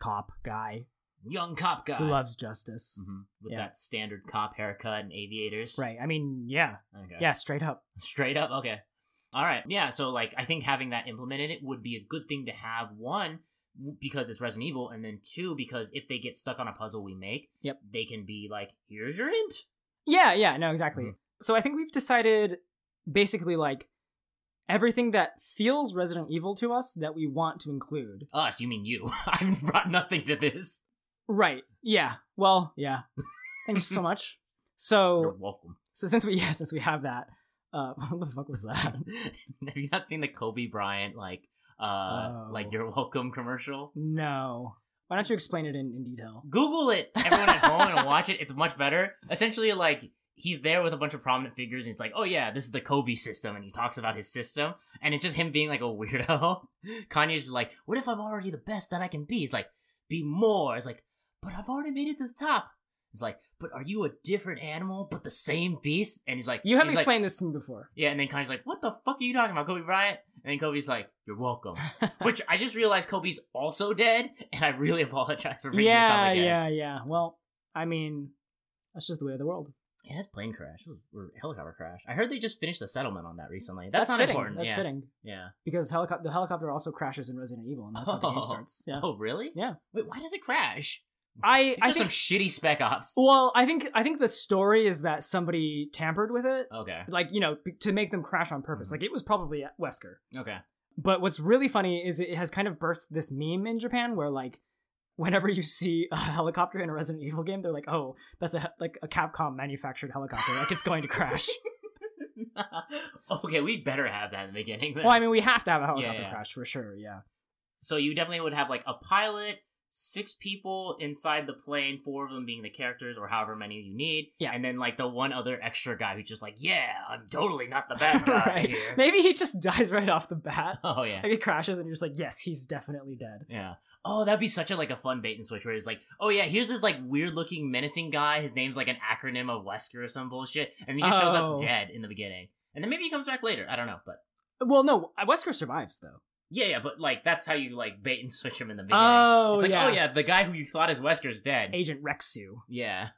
B: cop guy
A: young cop guy
B: who loves justice.
A: Mhm. with
B: Yeah.
A: that standard cop haircut and aviators.
B: Right. I mean, yeah,
A: Okay.
B: yeah, straight up.
A: Straight up. Okay. All right. Yeah. So like, I think having that implemented, it would be a good thing to have one because it's Resident Evil, and then two because if they get stuck on a puzzle we make,
B: Yep.
A: they can be like, "Here's your hint."
B: Yeah, yeah, no, exactly.
A: Mhm.
B: So I think we've decided basically like everything that feels Resident Evil to us that we want to include.
A: Us. You mean you? I've brought nothing to this.
B: Right. Yeah. Well, yeah. Thanks so much.
A: You're
B: So
A: welcome.
B: so since we yeah, since we have that, uh what the fuck was that?
A: have you not seen the Kobe Bryant like uh
B: Oh.
A: like you're welcome commercial?
B: No. Why don't you explain it in, in detail?
A: Google it, everyone at home, and watch it. It's much better. Essentially, like he's there with a bunch of prominent figures, and he's like, "Oh yeah, this is the Kobe system," and he talks about his system, and it's just him being like a weirdo. Kanye's just like, "What if I'm already the best that I can be?" He's like, "Be more." It's like, "But I've already made it to the top." It's like, "But are you a different animal, but the same beast?" And he's like,
B: You have
A: he's like-
B: explained this to me before.
A: Yeah, and then Kanye's like, "What the fuck are you talking about, Kobe Bryant?" And then Kobe's like, "You're welcome." Which I just realized Kobe's also dead, and I really apologize for bringing this up
B: yeah,
A: again.
B: yeah, yeah. Well, I mean, that's just the way of the world.
A: Yeah, that's plane crash It was- or helicopter crash. I heard they just finished the settlement on that recently. That's, not
B: fitting.
A: important.
B: That's
A: yeah.
B: fitting.
A: Yeah.
B: Because helicopter the helicopter also crashes in Resident Evil and that's how the game
A: Oh.
B: starts. Yeah.
A: Oh, really?
B: Yeah.
A: Wait, why does it crash?
B: I,
A: These
B: I
A: are some
B: think
A: shitty spec ops.
B: well, I think I think the story is that somebody tampered with it,
A: Okay.
B: like you know, b- to make them crash on purpose.
A: Mhm.
B: Like it was probably at Wesker.
A: Okay.
B: But what's really funny is it has kind of birthed this meme in Japan where like whenever you see a helicopter in a Resident Evil game, they're like, "Oh, that's a he- like a Capcom manufactured helicopter. Like it's going to crash."
A: okay, we better have that in the beginning. Then.
B: well, I mean, we have to have a helicopter
A: yeah.
B: crash for sure. Yeah.
A: so you definitely would have like a pilot, six people inside the plane, four of them being the characters, or however many you need.
B: Yeah.
A: And then like the one other extra guy who's just like, yeah, I'm totally not the bad guy
B: Right.
A: here.
B: Maybe he just dies right off the bat.
A: Oh yeah.
B: Like it crashes and you're just like, "Yes, he's definitely dead."
A: Yeah. Oh, that'd be such a like a fun bait and switch where he's like, oh yeah, here's this like weird looking menacing guy. His name's like an acronym of Wesker or some bullshit, and he just shows
B: Oh.
A: up dead in the beginning, and then maybe he comes back later. I don't know, but
B: Well, no, Wesker survives though.
A: yeah, yeah, but like that's how you like bait and switch him in the beginning.
B: Oh,
A: it's like
B: yeah.
A: oh yeah, the guy who you thought is Wesker's dead.
B: Agent Rexu.
A: yeah,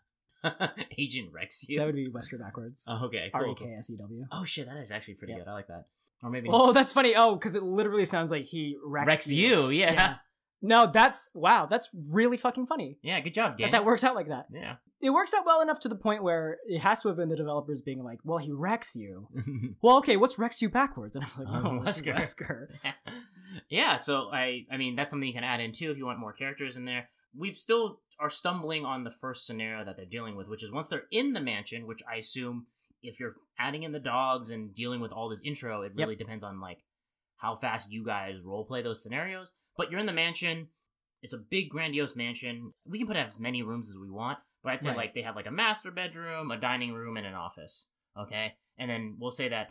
A: Agent Rex you.
B: That would be Wesker backwards.
A: oh, okay,
B: R
A: cool.
B: E K S E W.
A: Oh shit, that is actually pretty
B: Yeah.
A: good. I like that. Or maybe
B: Oh, that's funny. Oh, because it literally sounds like he wrecks,
A: Rex you. Yeah. yeah,
B: No, that's wow. That's really fucking funny.
A: Good job, Dan.
B: That that works out like that.
A: yeah.
B: It works out well enough to the point where it has to have been the developers being like, "Well, he wrecks you." Well, okay, what's wrecks you backwards? And I was like,
A: Mm. Oh,
B: "No, it's
A: Wesker."
B: Wesker."
A: yeah, so I I mean that's something you can add in too if you want more characters in there. We've still are stumbling on the first scenario that they're dealing with, which is once they're in the mansion, which I assume if you're adding in the dogs and dealing with all this intro, it
B: Yep.
A: really depends on like how fast you guys role play those scenarios. But you're in the mansion. It's a big grandiose mansion. We can put as many rooms as we want, but I'd say
B: Right.
A: like they have like a master bedroom, a dining room, and an office. Okay? And then we'll say that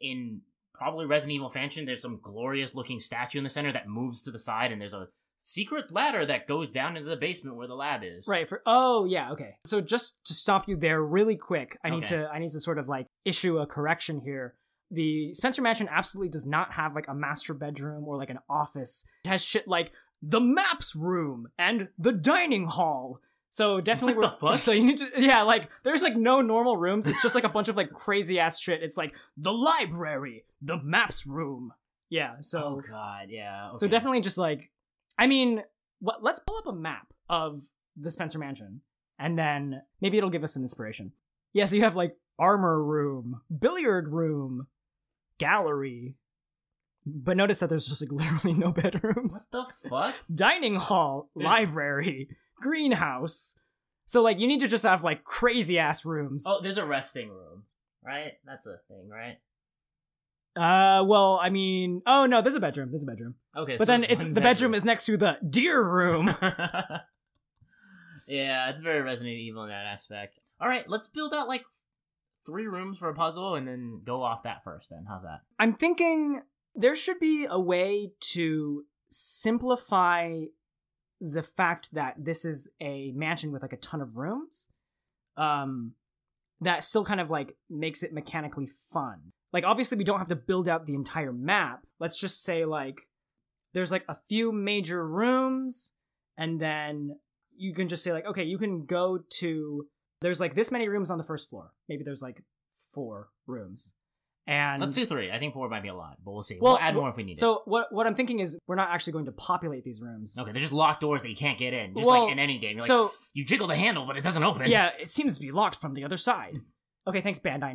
A: in probably Resident Evil Mansion, there's some glorious looking statue in the center that moves to the side, and there's a secret ladder that goes down into the basement where the lab is.
B: Right for oh yeah okay. So just to stop you there really quick, I need
A: Okay.
B: to I need to sort of like issue a correction here. the Spencer Mansion absolutely does not have like a master bedroom or like an office. It has shit like the maps room and the dining hall. So definitely,
A: What the
B: we're-
A: fuck?
B: so you need to yeah, like there's like no normal rooms. It's just like a bunch of like crazy ass shit. It's like the library, the maps room. Yeah, so
A: oh god, yeah.
B: so
A: okay.
B: definitely just like I mean, what, let's pull up a map of the Spencer Mansion and then maybe it'll give us some inspiration. Yeah, so you have like armor room, billiard room, gallery. But notice that there's just like literally no bedrooms
A: What the fuck?
B: dining hall,
A: There's-
B: library, greenhouse. So like you need to just have like crazy ass rooms.
A: Oh, there's a resting room, right? That's a thing, right?
B: Uh well, I mean, oh no, there's a bedroom, there's a bedroom.
A: Okay,
B: But
A: so
B: then
A: there's
B: it's the
A: one
B: bedroom is next to the deer room.
A: yeah, it's very Resident Evil in that aspect. All right, let's build out like three rooms for a puzzle, and then go off that first. Then how's that?
B: I'm thinking there should be a way to simplify the fact that this is a mansion with like a ton of rooms. Um that still kind of like makes it mechanically fun. Like obviously we don't have to build out the entire map. Let's just say like there's like a few major rooms and then you can just say like okay, you can go to there's like this many rooms on the first floor. Maybe there's like four rooms. And
A: Let's do three. I think four might be a lot, but we'll see.
B: Well,
A: we'll add
B: w-
A: more if we need
B: so what what I'm thinking is we're not actually going to populate these rooms.
A: it. Okay, they're just locked doors that you can't get in, just
B: Well,
A: like in any game. You're like,
B: so-
A: you jiggle the handle, but it doesn't open.
B: Yeah, it seems to be locked from the other side.
A: Hmm.
B: Okay, thanks Bandai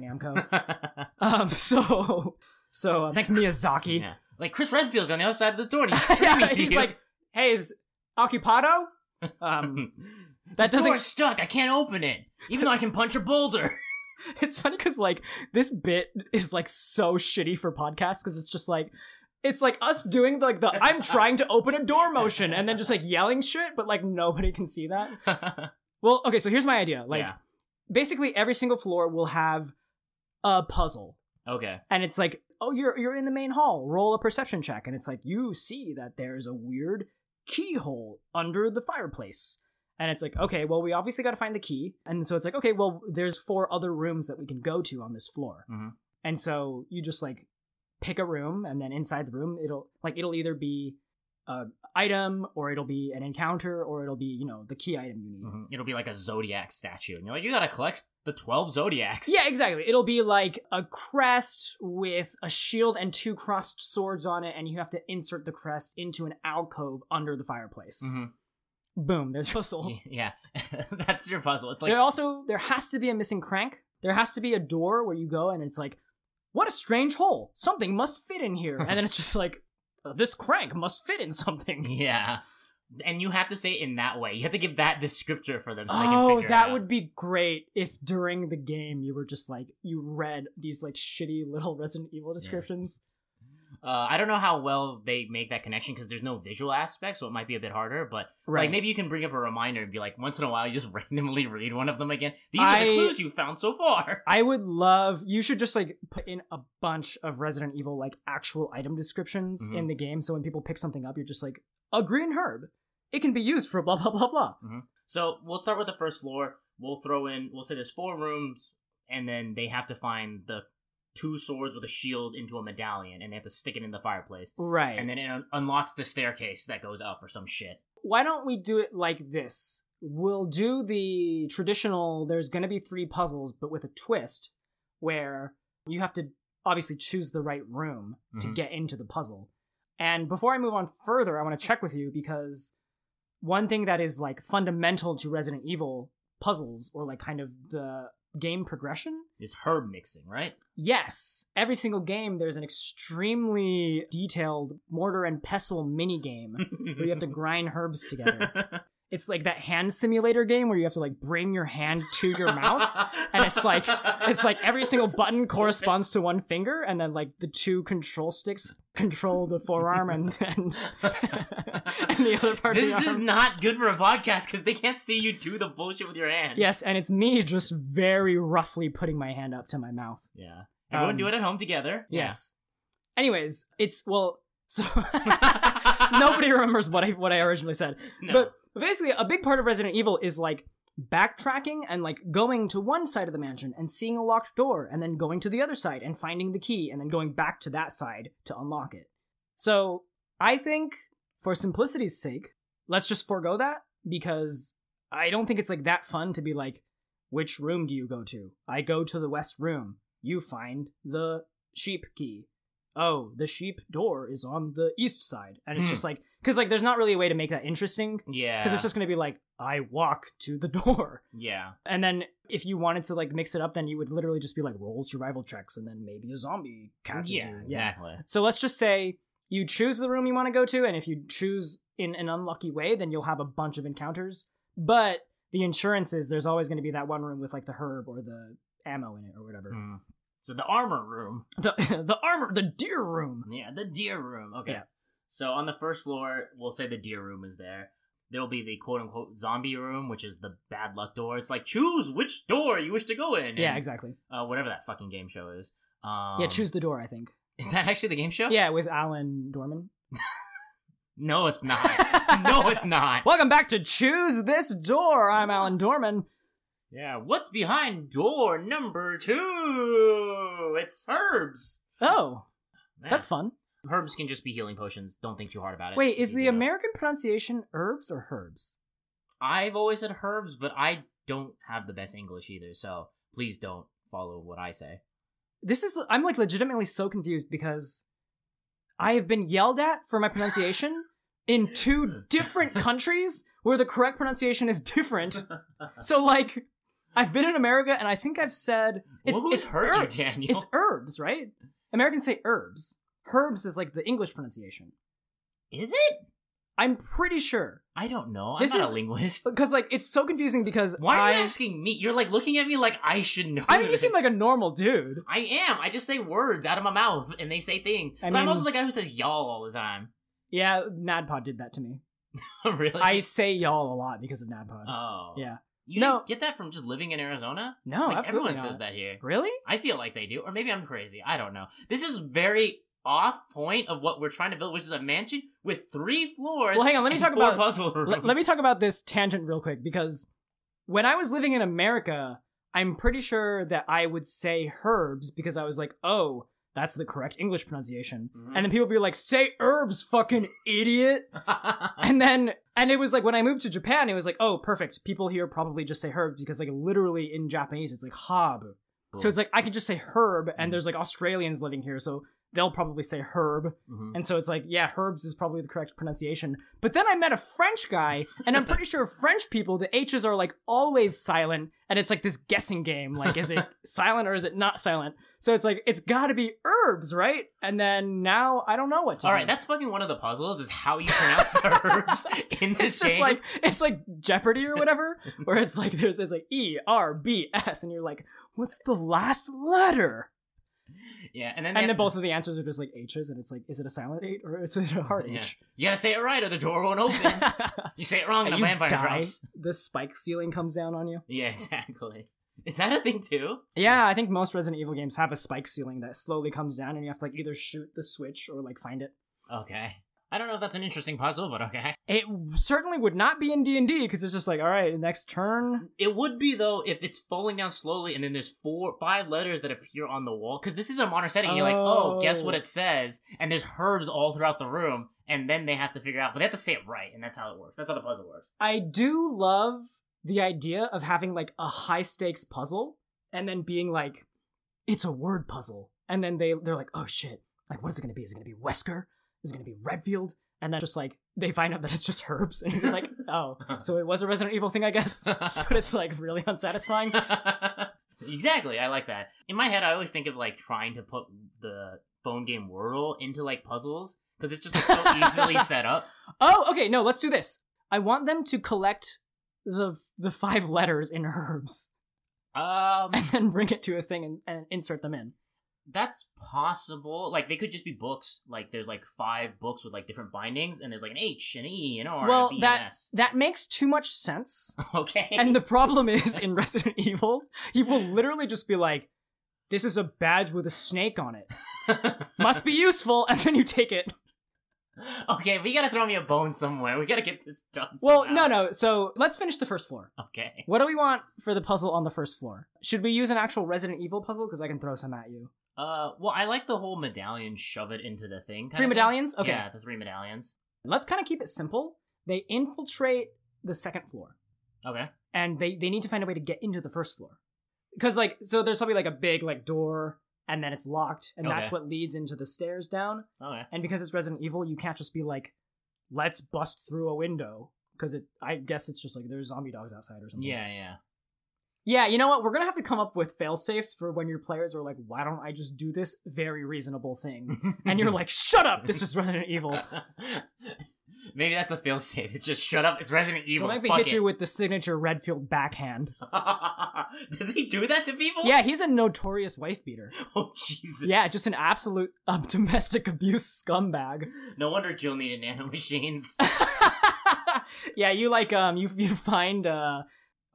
B: Namco. um, so so uh, thanks Miyazaki.
A: yeah. Like Chris Redfield's on the other side of the door. And he's,
B: Yeah,
A: screaming at
B: he's
A: you.
B: like, hey, is occupado?
A: that
B: Um, that
A: this
B: doesn't-
A: door's stuck. I can't open it, even though I can punch a boulder.
B: it's funny because like this bit is like so shitty for podcasts because it's just like. It's like us doing like the I'm trying to open a door motion and then just like yelling shit, but like nobody can see that. Well, okay, so here's my idea. Like
A: Yeah.
B: basically every single floor will have a puzzle.
A: okay.
B: And it's like, oh, you're you're in the main hall. Roll a perception check. And it's like, you see that there's a weird keyhole under the fireplace. And it's like, okay, well, we obviously got to find the key. And so it's like, okay, well, there's four other rooms that we can go to on this floor.
A: Mhm.
B: And so you just like pick a room, and then inside the room, it'll like it'll either be an item, or it'll be an encounter, or it'll be you know the key item you need.
A: Mhm. It'll be like a zodiac statue, and you're like, you gotta collect the twelve zodiacs.
B: Yeah, exactly. It'll be like a crest with a shield and two crossed swords on it, and you have to insert the crest into an alcove under the fireplace.
A: Mhm.
B: Boom, there's puzzle.
A: Yeah, that's your puzzle. It's like
B: there also there has to be a missing crank. There has to be a door where you go and it's like, what a strange hole. Something must fit in here. And then it's just like, "Uh, this crank must fit in something.
A: yeah, and you have to say it in that way. You have to give that descriptor for them. So they can
B: Oh,
A: figure it
B: that
A: out.
B: would be great if during the game you were just like you read these like shitty little Resident Evil descriptions.
A: Uh, I don't know how well they make that connection because there's no visual aspect, so it might be a bit harder. But like maybe you can bring up a reminder and be like, once in a while, you just randomly read one of them again. These are the
B: I-
A: clues you found so far.
B: I would love you should just like put in a bunch of Resident Evil like actual item descriptions
A: Mhm.
B: in the game so when people pick something up you're just like a green herb. It can be used for blah blah blah blah.
A: So we'll start with the first floor. We'll throw in, we'll say there's four rooms, and then they have to find the two swords with a shield into a medallion, and they have to stick it in the fireplace.
B: Right.
A: And then it un- unlocks the staircase that goes up or some shit.
B: Why don't we do it like this? We'll do the traditional there's going to be 3 puzzles but with a twist where you have to obviously choose the right room to
A: Mhm.
B: get into the puzzle. And before I move on further, I want to check with you because one thing that is like fundamental to Resident Evil puzzles or like kind of the game progression.
A: It's herb mixing, right?
B: Yes, every single game there's an extremely detailed mortar and pestle mini game where you have to grind herbs together. It's like that hand simulator game where you have to like bring your hand to your mouth. and it's like- It's like every single
A: So
B: button
A: stupid.
B: corresponds to one finger, and then like the two control sticks control the forearm and and, and the other part
A: this
B: of the
A: is
B: arm.
A: not good for a podcast because they can't see you do the bullshit with your hands.
B: Yes, and it's me just very roughly putting my hand up to my mouth.
A: Yeah. Everyone
B: Um,
A: do it at home together.
B: Yes. Anyways, it's well, so
A: Yeah.
B: nobody remembers what I what I originally said.
A: No.
B: But, but basically, a big part of Resident Evil is like backtracking and like going to one side of the mansion and seeing a locked door and then going to the other side and finding the key and then going back to that side to unlock it. So I think for simplicity's sake, let's just forego that because I don't think it's like that fun to be like, which room do you go to? I go to the west room. You find the sheep key. Oh, the sheep door is on the east side. And it's
A: Hmm.
B: just like, because like there's not really a way to make that interesting
A: Yeah.
B: because it's just going to be like i walk to the door
A: yeah.
B: and then if you wanted to like mix it up then you would literally just be like roll survival checks and then maybe a zombie catches
A: Yeah,
B: you
A: exactly.
B: so let's just say you choose the room you want to go to and if you choose in an unlucky way then you'll have a bunch of encounters but the insurance is there's always going to be that one room with like the herb or the ammo in it or whatever
A: Mm. So the armor room.
B: the the armor the deer room
A: Yeah, the deer room. Okay.
B: Yeah.
A: So on the first floor, we'll say the deer room is there. There'll be the quote unquote zombie room, which is the bad luck door. It's like choose which door you wish to go in. and,
B: yeah exactly
A: Uh, whatever that fucking game show is. Um,
B: yeah choose the door i think
A: Is that actually the game show?
B: yeah with alan dorman
A: No, it's not. no, it's not.
B: Welcome back to Choose This Door. I'm Alan Dorman.
A: Yeah. What's behind door number two? It's herbs.
B: Oh,
A: Man,
B: that's fun.
A: herbs can just be healing potions. Don't think too hard about it.
B: Wait, is the
A: Easy enough.
B: American pronunciation herbs or herbs?
A: I've always said herbs, but I don't have the best English either, so please don't follow what I say.
B: This is I'm like legitimately so confused because I have been yelled at for my pronunciation in two different countries where the correct pronunciation is different. So like I've been in America and I think I've said it's
A: Well, who's
B: it's
A: hurt
B: herb-
A: you, Daniel?
B: It's herbs, right? Americans say herbs. Herbs is like the English pronunciation.
A: Is it?
B: I'm pretty sure.
A: I don't know. I'm
B: This
A: not
B: is-
A: a linguist.
B: because like it's so confusing because
A: Why are
B: I,
A: you asking me? You're like looking at me like I should know.
B: I mean, you
A: this.
B: seem like a normal dude.
A: I am. I just say words out of my mouth, and they say things.
B: I
A: but I'm
B: mean-
A: also the guy who says y'all all the time.
B: Yeah, NADPOD did that to me.
A: Oh, really?
B: I say y'all a lot because of NADPOD.
A: Oh.
B: Yeah.
A: You
B: No.
A: didn't get that from just living in Arizona?
B: no,
A: like
B: absolutely
A: everyone
B: not.
A: says that here.
B: Really?
A: I feel like they do, or maybe I'm crazy. I don't know. This is very off point of what we're trying to build, which is a mansion with three floors.
B: Well, hang on. Let me
A: and
B: talk
A: four
B: about
A: puzzle
B: le-
A: rooms.
B: let, me talk about this tangent real quick because when I was living in America, I'm pretty sure that I would say herbs because I was like, oh, that's the correct English pronunciation.
A: Mhm.
B: And then people would be like, say herbs, fucking idiot. and then and it was like when I moved to Japan, it was like, oh, perfect. People here probably just say herbs because like literally in Japanese it's like hob. So it's like I can just say herb, and
A: Mhm.
B: there's like Australians living here, so they'll probably say herb.
A: Mhm.
B: And so it's like, yeah, herbs is probably the correct pronunciation. But then I met a French guy, and I'm pretty sure French people, the H's are like always silent, and it's like this guessing game. Like, is it silent or is it not silent? So it's like, it's gotta be herbs, right? And then now I don't know what to
A: All
B: do.
A: right, that's fucking one of the puzzles is how you pronounce herbs in this
B: it's just
A: game.
B: like it's like Jeopardy or whatever, where it's like there's it's like E R B S, and you're like, what's the last letter?
A: yeah, and then
B: and
A: they-
B: then both of the answers are just like H's, and it's like, is it a silent H or is it a hard
A: Yeah.
B: H?
A: you gotta say it right or the door won't open. you say it wrong and
B: And
A: a
B: you
A: Oh, vampire
B: die,
A: drops.
B: The spike ceiling comes down on you.
A: Yeah, exactly. Is that a thing too?
B: Yeah, I think most Resident Evil games have a spike ceiling that slowly comes down, and you have to like either shoot the switch or like find it.
A: Okay, I don't know if that's an interesting puzzle, but okay.
B: It certainly would not be in D and D because it's just like, all right, next turn.
A: It would be though if it's falling down slowly, and then there's four, five letters that appear on the wall. Because this is a modern setting. You're like, oh, guess what
B: Oh.
A: it says, and there's herbs all throughout the room, and then they have to figure out, but they have to say it right, and that's how it works. That's how the puzzle works.
B: I do love the idea of having like a high stakes puzzle and then being like, it's a word puzzle. And then they, they're like, oh shit, like what is it gonna be? Is it gonna be Wesker? Is it gonna be Redfield? And then just like they find out that it's just herbs and you're like, oh, so it was a Resident Evil thing, I guess. But it's like really unsatisfying.
A: exactly, I like that. In my head, I always think of like trying to put the phone game Wordle into like puzzles because it's just like so easily set up.
B: Oh, okay, no, let's do this. I want them to collect the the five letters in herbs
A: Um,
B: and then bring it to a thing and, and insert them in.
A: That's possible. Like they could just be books. Like there's like five books with like different bindings, and there's like an H, an E, an R,
B: Well,
A: and a B,
B: that-
A: an S.
B: That makes too much sense.
A: Okay.
B: And the problem is in Resident Evil, he will literally just be like, "This is a badge with a snake on it. Must be useful." And then you take it.
A: Okay, we gotta throw me a bone somewhere. We gotta get this done.
B: Well,
A: somehow.
B: no, no. So let's finish the first floor.
A: Okay.
B: What do we want for the puzzle on the first floor? Should we use an actual Resident Evil puzzle? Because I can throw some at you.
A: Uh, well, I like the whole medallion shove it into the thing. Kind
B: Three
A: of thing.
B: medallions? Okay.
A: Yeah, the three medallions.
B: Let's kind of keep it simple. They infiltrate the second floor.
A: Okay.
B: and they they need to find a way to get into the first floor because like so there's probably like a big like door and then it's locked and that's
A: Okay.
B: what leads into the stairs down
A: Okay.
B: and because it's resident evil you can't just be like let's bust through a window because it i guess it's just like there's zombie dogs outside or something
A: Yeah, yeah.
B: yeah you know what we're gonna have to come up with fail safes for when your players are like why don't i just do this very reasonable thing and you're like shut up this is resident evil
A: Maybe that's a fail safe. It's just shut up. It's Resident Evil.
B: don't let me
A: Fuck
B: hit
A: it.
B: you with the signature redfield backhand
A: Does he do that to people?
B: yeah he's a notorious wife beater
A: Oh Jesus.
B: Yeah, just an absolute um, domestic abuse scumbag.
A: No wonder Jill needed nano machines.
B: yeah, you like um you you find uh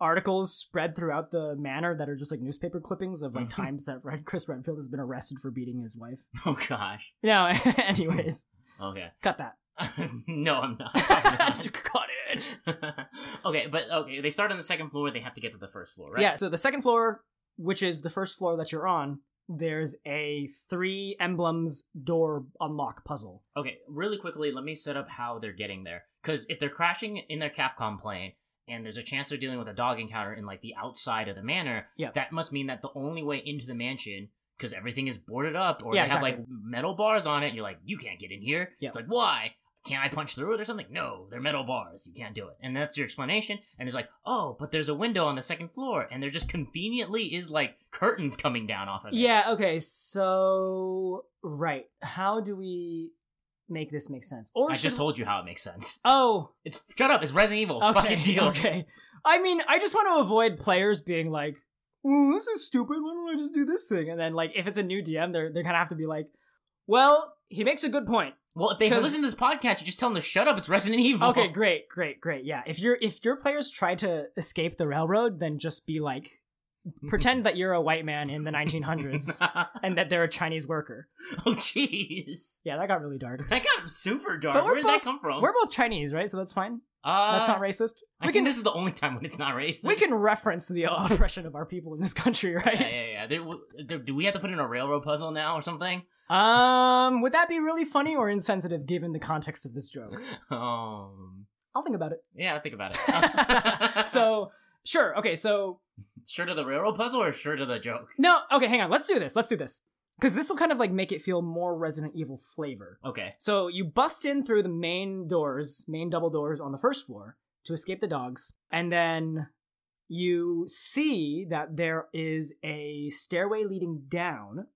B: articles spread throughout the manor that are just like newspaper clippings of like
A: Mhm.
B: times that Red Chris Redfield has been arrested for beating his wife.
A: oh gosh.
B: No, anyways,
A: Okay.
B: cut that.
A: no, I'm not. I'm not.
B: cut it.
A: okay, but okay, they start on the second floor. They have to get to the first floor, right?
B: Yeah, so the second floor, which is the first floor that you're on, there's a three emblems door unlock puzzle.
A: Okay, really quickly, let me set up how they're getting there. Because if they're crashing in their Capcom plane and there's a chance they're dealing with a dog encounter in like the outside of the manor,
B: Yeah.
A: that must mean that the only way into the mansion, because everything is boarded up or
B: Yeah,
A: they have like metal bars on it, and you're like, you can't get in here.
B: Yeah.
A: It's like, why? Can't I punch through it or something? No, they're metal bars. You can't do it. And that's your explanation. And there's like, oh, but there's a window on the second floor, and there just conveniently is like curtains coming down off of it.
B: Yeah, okay, so right. How do we make this make sense? Or
A: I
B: should
A: just told you how it makes sense.
B: Oh,
A: It's shut up. It's Resident Evil.
B: okay.
A: Fucking deal.
B: Okay. I mean, I just want to avoid players being like, "Ooh, this is stupid. Why don't I just do this thing?" And then like if it's a new DM, they're they're going to have to be like, "Well, he makes a good point."
A: Well, if they
B: 'Cause-
A: listen to this podcast, you just tell them to shut up. It's Resident Evil.
B: Okay, great, great, great. Yeah. If your if your players try to escape the railroad, then just be like pretend that you're a white man in the 1900s
A: oh,
B: and that they're a Chinese worker.
A: jeez.
B: Yeah, that got really dark.
A: That got super
B: But
A: dark.
B: we're
A: Where did
B: both-
A: that come from?
B: We're both Chinese, right? So that's fine.
A: uh,
B: That's not racist.
A: I
B: we
A: think
B: can-
A: this is the only time when it's not racist.
B: We can reference the oppression of our people in this country, right?
A: Yeah, yeah, yeah. There, w- there, do we have to put in a railroad puzzle now or something?
B: Um, would that be really funny or insensitive given the context of this joke?
A: Um,
B: I'll think about
A: yeah, think about
B: it.
A: it.
B: so, sure. Okay, so
A: sure to the railroad puzzle or sure to the joke?
B: no, okay, hang on. Let's do this. Let's do this. Cuz this will kind of like make it feel more Resident Evil flavor.
A: Okay.
B: So, you bust in through the main doors, main double doors on the first floor to escape the dogs, and then you see that there is a stairway leading down.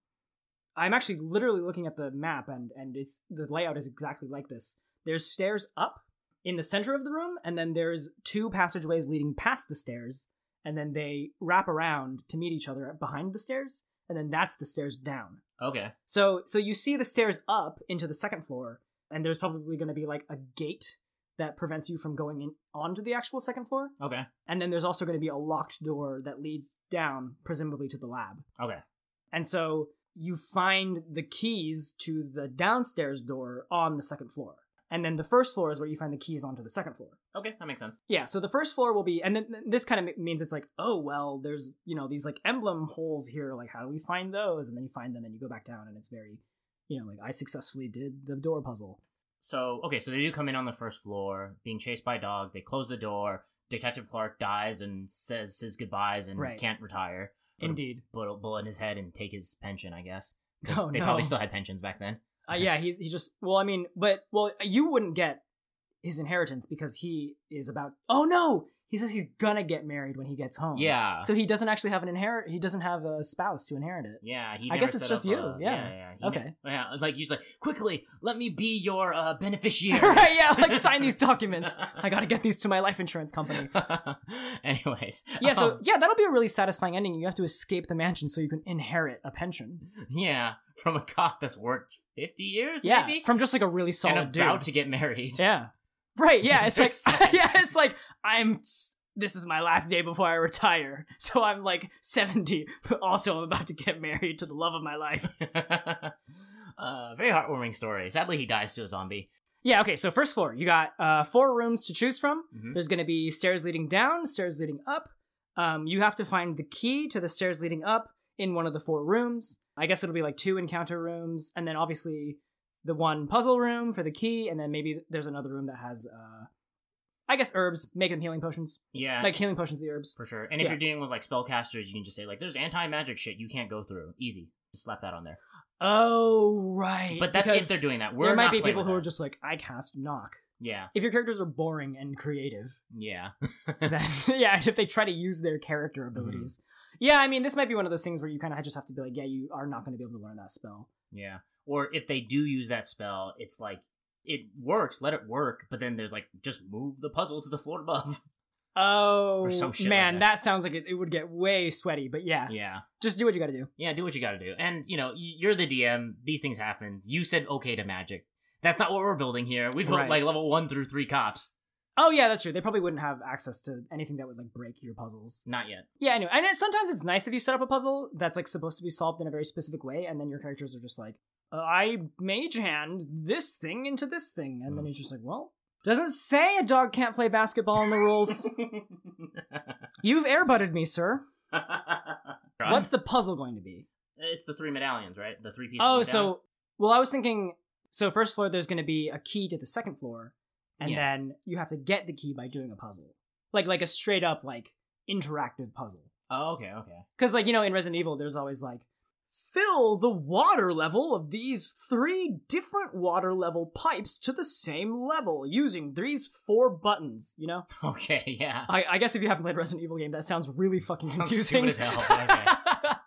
B: I'm actually literally looking at the map and and it's the layout is exactly like this. There's stairs up in the center of the room and then there's two passageways leading past the stairs and then they wrap around to meet each other behind the stairs and then that's the stairs down.
A: Okay.
B: So so you see the stairs up into the second floor and there's probably going to be like a gate that prevents you from going in onto the actual second floor
A: Okay.
B: and then there's also going to be a locked door that leads down presumably to the lab
A: Okay.
B: and so you find the keys to the downstairs door on the second floor and then the first floor is where you find the keys onto the second floor
A: Okay, that makes sense.
B: yeah so the first floor will be and then th- this kind of means it's like oh well there's you know these like emblem holes here like how do we find those and then you find them and you go back down and it's very you know like i successfully did the door puzzle
A: So, okay, so they do come in on the first floor, being chased by dogs. They close the door. Detective Clark dies and says says goodbyes and
B: Right.
A: can't retire. Put a
B: indeed
A: bullet, bullet in his head and take his pension, I guess. 'Cause
B: Oh,
A: they
B: no.
A: probably still had pensions back then.
B: Uh, yeah, he he just well, I mean, but well, you wouldn't get his inheritance because he is about. Oh no, he says he's gonna get married when he gets home.
A: Yeah.
B: Oh. So he doesn't actually have an inherit. He doesn't have a spouse to inherit it.
A: yeah, he
B: I
A: never
B: guess it's
A: set
B: just
A: up
B: you,
A: a-
B: yeah.
A: yeah, yeah, he ne-
B: Okay.
A: yeah, like he's like, quickly, let me be your uh, beneficiary.
B: right? Yeah. Like sign these documents. I gotta get these to my life insurance company.
A: Anyways,
B: Yeah. So
A: um,
B: yeah, that'll be a really satisfying ending. You have to escape the mansion so you can inherit a pension.
A: yeah, from a cop that's worked fifty years,
B: Yeah.
A: maybe,
B: From just like a really solid
A: and about
B: dude.
A: to get married.
B: Yeah. Right. Yeah. It's
A: That's
B: like
A: exciting.
B: yeah. It's like I'm. This is my last day before I retire, so I'm like 70, but also I'm about to get married to the love of my life.
A: uh, very heartwarming story. Sadly, he dies to a zombie.
B: Yeah, okay, so first floor, you got uh, four rooms to choose from.
A: Mhm.
B: There's going to be stairs leading down, stairs leading up. Um, you have to find the key to the stairs leading up in one of the four rooms. I guess it'll be like two encounter rooms, and then obviously the one puzzle room for the key, and then maybe there's another room that has, uh, I guess, herbs. Make them healing potions.
A: Yeah,
B: Like healing potions, the herbs.
A: for sure. And if
B: yeah.
A: you're dealing with like spellcasters, you can just say like, "There's anti-magic shit you can't go through." Easy, just slap that on there.
B: Oh, right.
A: But that's if
B: because
A: they're doing that. We're
B: There might
A: not
B: be
A: playing
B: people
A: with
B: who are
A: that.
B: just like, I cast knock.
A: yeah,
B: If your characters are boring and creative,
A: yeah,
B: then yeah, and if they try to use their character abilities. Yeah, I mean, this might be one of those things where you kind of just have to be like, yeah, you are not going to be able to learn that spell.
A: yeah. Or if they do use that spell, it's like it works. Let it work. But then there's like just move the puzzle to the floor above.
B: Oh,
A: some shit like
B: man,
A: that.
B: that. sounds like it, it would get way sweaty. But yeah,
A: Yeah,
B: just do what you got to do.
A: yeah. Do what you got to do. And you know, y- you're the DM. These things happen. You said okay to magic. That's not what we're building here. We built
B: Right.
A: like level one through three cops.
B: Oh yeah, that's true. They probably wouldn't have access to anything that would like break your puzzles.
A: Not yet.
B: Yeah, anyway, and it, sometimes it's nice if you set up a puzzle that's like supposed to be solved in a very specific way, and then your characters are just like, uh, I mage hand this thing into this thing, and then
A: Mm.
B: it's just like, well, doesn't say a dog can't play basketball in the rules. You've airbutted me, sir. What's the puzzle going to be?
A: It's the three medallions, right? The three pieces.
B: Oh,
A: of medallions?
B: so well, I was thinking. So first floor, there's going to be a key to the second floor, and
A: Yeah.
B: then you have to get the key by doing a puzzle, like like a straight up like interactive puzzle.
A: Oh, okay, okay.
B: Because like you know in Resident Evil, there's always like fill the water level of these three different water level pipes to the same level using these four buttons. You know,
A: Okay, yeah.
B: I, I guess if you haven't played a Resident Evil game, that sounds really fucking
A: Sounds
B: confusing.
A: stupid as hell, but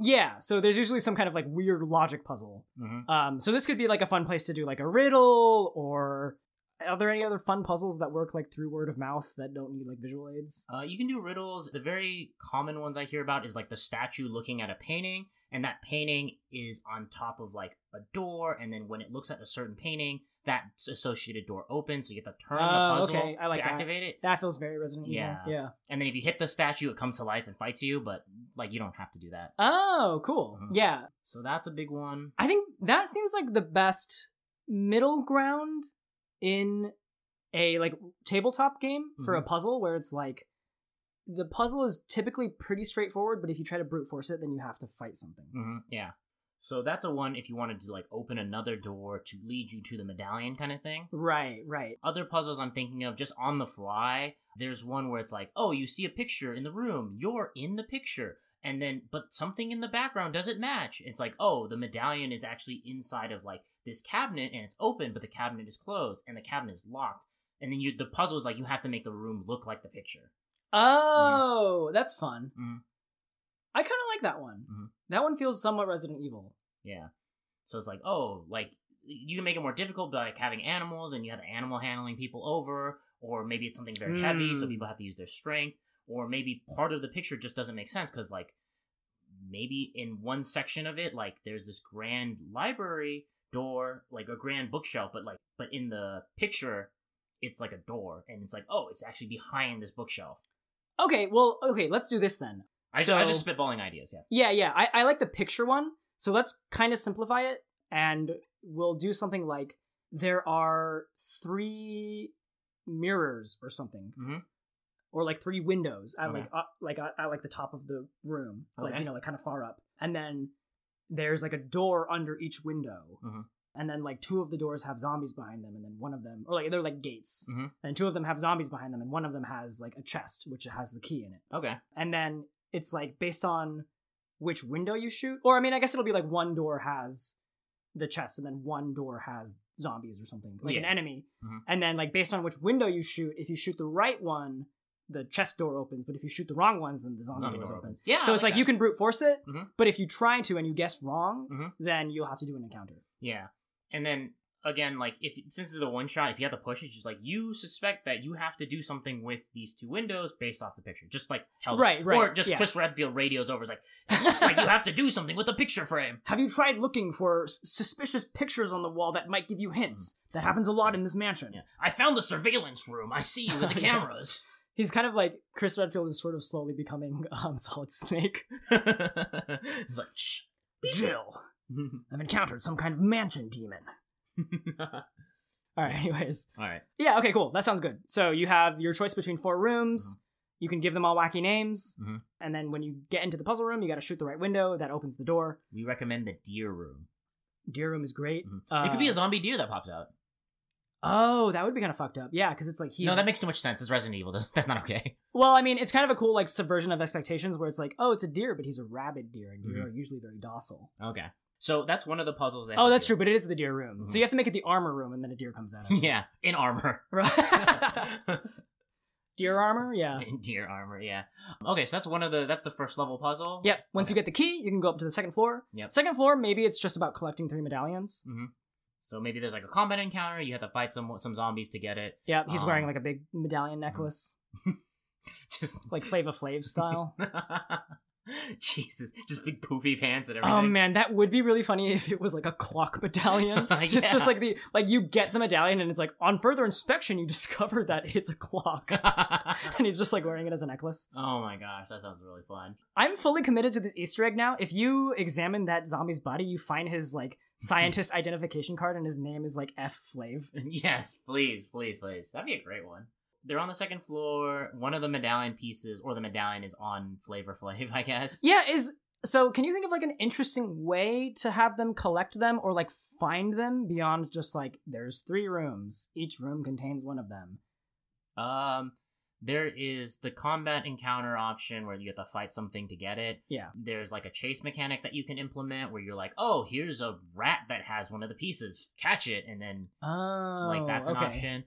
B: yeah, so there's usually some kind of like weird logic puzzle.
A: hmm
B: Um, so this could be like a fun place to do like a riddle, or are there any other fun puzzles that work like through word of mouth that don't need like visual aids?
A: Uh, you can do riddles. The very common ones I hear about is like the statue looking at a painting, and that painting is on top of like a door, and then when it looks at a certain painting, that s- associated door opens, so you have to turn
B: Oh,
A: the puzzle
B: okay, I like
A: to
B: that.
A: activate it.
B: That feels very Resident Evil.
A: Yeah.
B: Yeah.
A: And then if you hit the statue, it comes to life and fights you, but like you don't have to do that.
B: Oh, cool.
A: Mhm.
B: Yeah.
A: So that's a big one.
B: I think that seems like the best middle ground in a like tabletop game for a puzzle where it's like the puzzle is typically pretty straightforward, but if you try to brute force it, then you have to fight something.
A: hmm Yeah. So that's a one if you wanted to like open another door to lead you to the medallion kind of thing.
B: Right, right.
A: Other puzzles I'm thinking of just on the fly, there's one where it's like, oh, you see a picture in the room, you're in the picture, and then, but something in the background doesn't match. It's like, oh, the medallion is actually inside of like this cabinet and it's open, but the cabinet is closed and the cabinet is locked. And then you, the puzzle is like, you have to make the room look like the picture.
B: Oh, that's fun.
A: Mhm.
B: I kind of like that one.
A: Mhm.
B: That one feels somewhat Resident Evil.
A: Yeah. So it's like, oh, like you can make it more difficult by like having animals and you have animal handling people over, or maybe it's something very heavy, so
B: Mm.
A: people have to use their strength, or maybe part of the picture just doesn't make sense because like maybe in one section of it, like there's this grand library door, like a grand bookshelf, but like but in the picture it's like a door and it's like, oh, it's actually behind this bookshelf.
B: Okay, well, okay, let's do this then.
A: I, so, I
B: So-
A: was just spitballing ideas, yeah.
B: Yeah, yeah. I, I like the picture one. So let's kind of simplify it and we'll do something like there are three mirrors or something.
A: Mhm.
B: Or like three windows at
A: Okay.
B: like up, like uh, at, at like the top of the room, like
A: Okay.
B: you know, like kind of far up, and then there's like a door under each window,
A: Mhm.
B: and then like two of the doors have zombies behind them, and then one of them, or like they're like gates,
A: Mhm.
B: and two of them have zombies behind them, and one of them has like a chest which has the key in it
A: Okay.
B: and then it's like based on which window you shoot or i mean i guess it'll be like one door has the chest and then one door has zombies or something like an
A: Yeah.
B: enemy
A: Mhm.
B: and then like based on which window you shoot if you shoot the right one the chest door opens but if you shoot the wrong ones then the zombie,
A: Zombie
B: doors
A: door
B: open
A: opens. Yeah.
B: so it's like
A: that.
B: you can brute force it
A: Mhm.
B: but if you try to and you guess wrong
A: Mhm.
B: then you'll have to do an encounter
A: Yeah, and then again, like if since it's a one shot, if you have to push it, it's just like you suspect that you have to do something with these two windows based off the picture. Just like tell them.
B: right right
A: Oh. or just
B: yeah.
A: Chris Redfield radios over. It's like it looks like you have to do something with the picture frame.
B: have you tried looking for s- suspicious pictures on the wall that might give you hints
A: Mm.
B: that happens a lot in this mansion
A: Yeah. I found the surveillance room. I see you with the
B: Yeah.
A: cameras.
B: He's kind of like Chris Redfield is sort of slowly becoming um, Solid Snake.
A: it's like shh.
B: Jill, I've encountered some kind of mansion demon. All right. Anyways,
A: All right.
B: yeah. Okay. Cool. That sounds good. So you have your choice between four rooms.
A: Mm-hmm.
B: You can give them all wacky names,
A: Mhm.
B: and then when you get into the puzzle room, you got to shoot the right window. That opens the door.
A: We recommend the deer room.
B: Deer room is great. Uh,
A: Mhm. it could be a zombie deer that pops out.
B: Oh, that would be kind of fucked up. Yeah, because it's like he's.
A: No, that makes too much sense. It's Resident Evil. That's, that's not okay.
B: well, I mean, it's kind of a cool like subversion of expectations where it's like, oh, it's a deer, but he's a rabid deer, and deer
A: Mhm.
B: are usually very docile.
A: Okay. So that's one of the puzzles. They
B: Oh,
A: have
B: that's
A: to
B: true, but it is the deer room.
A: Mhm.
B: So you have to make it the armor room, and then a deer comes out.
A: do.
B: of it.
A: Yeah, in armor.
B: Right. deer armor, yeah.
A: in deer armor. Yeah. Okay, so that's one of the. That's the first level puzzle.
B: Yep. Once you
A: Okay.
B: get the key, you can go up to the second floor.
A: Yep.
B: Second floor, maybe it's just about collecting three medallions.
A: So maybe there's like a combat encounter. You have to fight some some zombies to get it.
B: Yeah, he's wearing
A: Um,
B: like a big medallion necklace,
A: Just
B: like Flava Flav style.
A: Jesus, just big poofy pants and everything.
B: oh man, that would be really funny if it was like a clock medallion. It's just like the like you get the medallion and it's like on further inspection you discover that it's a clock. And he's just like wearing it as a necklace.
A: oh my gosh, that sounds really fun.
B: I'm fully committed to this Easter egg now. If you examine that zombie's body, you find his like scientist identification card and his name is like F Flav.
A: yes, please, please, please. That'd be a great one. They're on the second floor. One of the medallion pieces, or the medallion, is on Flavor Flav, I guess.
B: Yeah, is so can you think of like an interesting way to have them collect them or like find them beyond just like there's three rooms. Each room contains one of them.
A: Um, there is the combat encounter option where you have to fight something to get it.
B: Yeah.
A: There's like a chase mechanic that you can implement where you're like, oh, here's a rat that has one of the pieces, catch it, and then
B: Oh,
A: like that's an
B: okay.
A: option.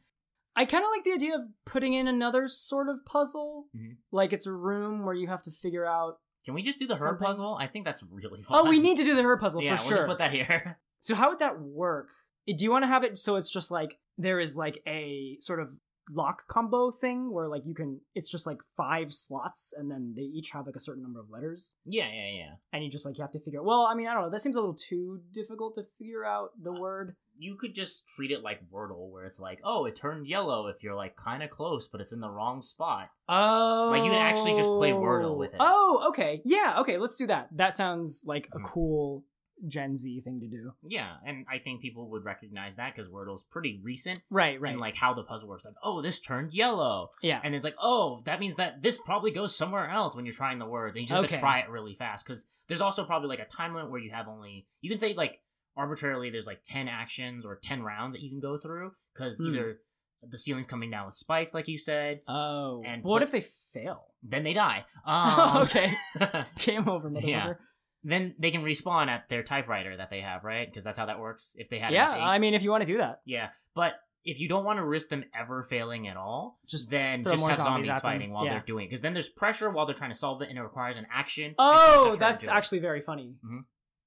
B: I kind of like the idea of putting in another sort of puzzle.
A: Mhm.
B: Like it's a room where you have to figure out.
A: Can we just do the herb
B: Something-
A: puzzle? I think that's really fun.
B: Oh, we need to do the her puzzle
A: yeah,
B: for
A: we'll
B: sure.
A: just put that here.
B: So how would that work? Do you want to have it so it's just like there is like a sort of lock combo thing where like you can it's just like five slots and then they each have like a certain number of letters
A: yeah, yeah, yeah.
B: and you just like you have to figure out well i mean i don't know that seems a little too difficult to figure out the word
A: you could just treat it like Wordle, where it's like, oh, it turned yellow if you're like kind of close, but it's in the wrong spot.
B: oh
A: Like, you can actually just play Wordle with it.
B: oh okay yeah okay let's do that that sounds like a
A: Mhm.
B: cool gen z thing to do
A: Yeah, and I think people would recognize that because Wordle's pretty recent.
B: right right
A: And like how the puzzle works, like oh, this turned yellow,
B: yeah
A: and it's like oh, that means that this probably goes somewhere else when you're trying the words, and you just have to
B: Okay.
A: try it really fast because there's also probably like a time limit where you have only you can say like arbitrarily there's like ten actions or ten rounds that you can go through because
B: Hmm.
A: either the ceiling's coming down with spikes, like you said,
B: oh
A: and
B: but what
A: put-
B: if they fail
A: then they die. Um,
B: okay game over motherfucker
A: Yeah. then they can respawn at their typewriter that they have, right? Because that's how that works. If they had,
B: yeah
A: anything.
B: i mean if you want to do that
A: yeah. But if you don't want to risk them ever failing at all,
B: just
A: then
B: throw
A: just
B: more
A: have
B: zombies
A: zombies,
B: at them.
A: fighting while
B: Yeah.
A: they're doing it, because then there's pressure while they're trying to solve it, and it requires an action. instead
B: Oh,
A: of just
B: that's
A: trying to
B: actually very funny.
A: Mhm.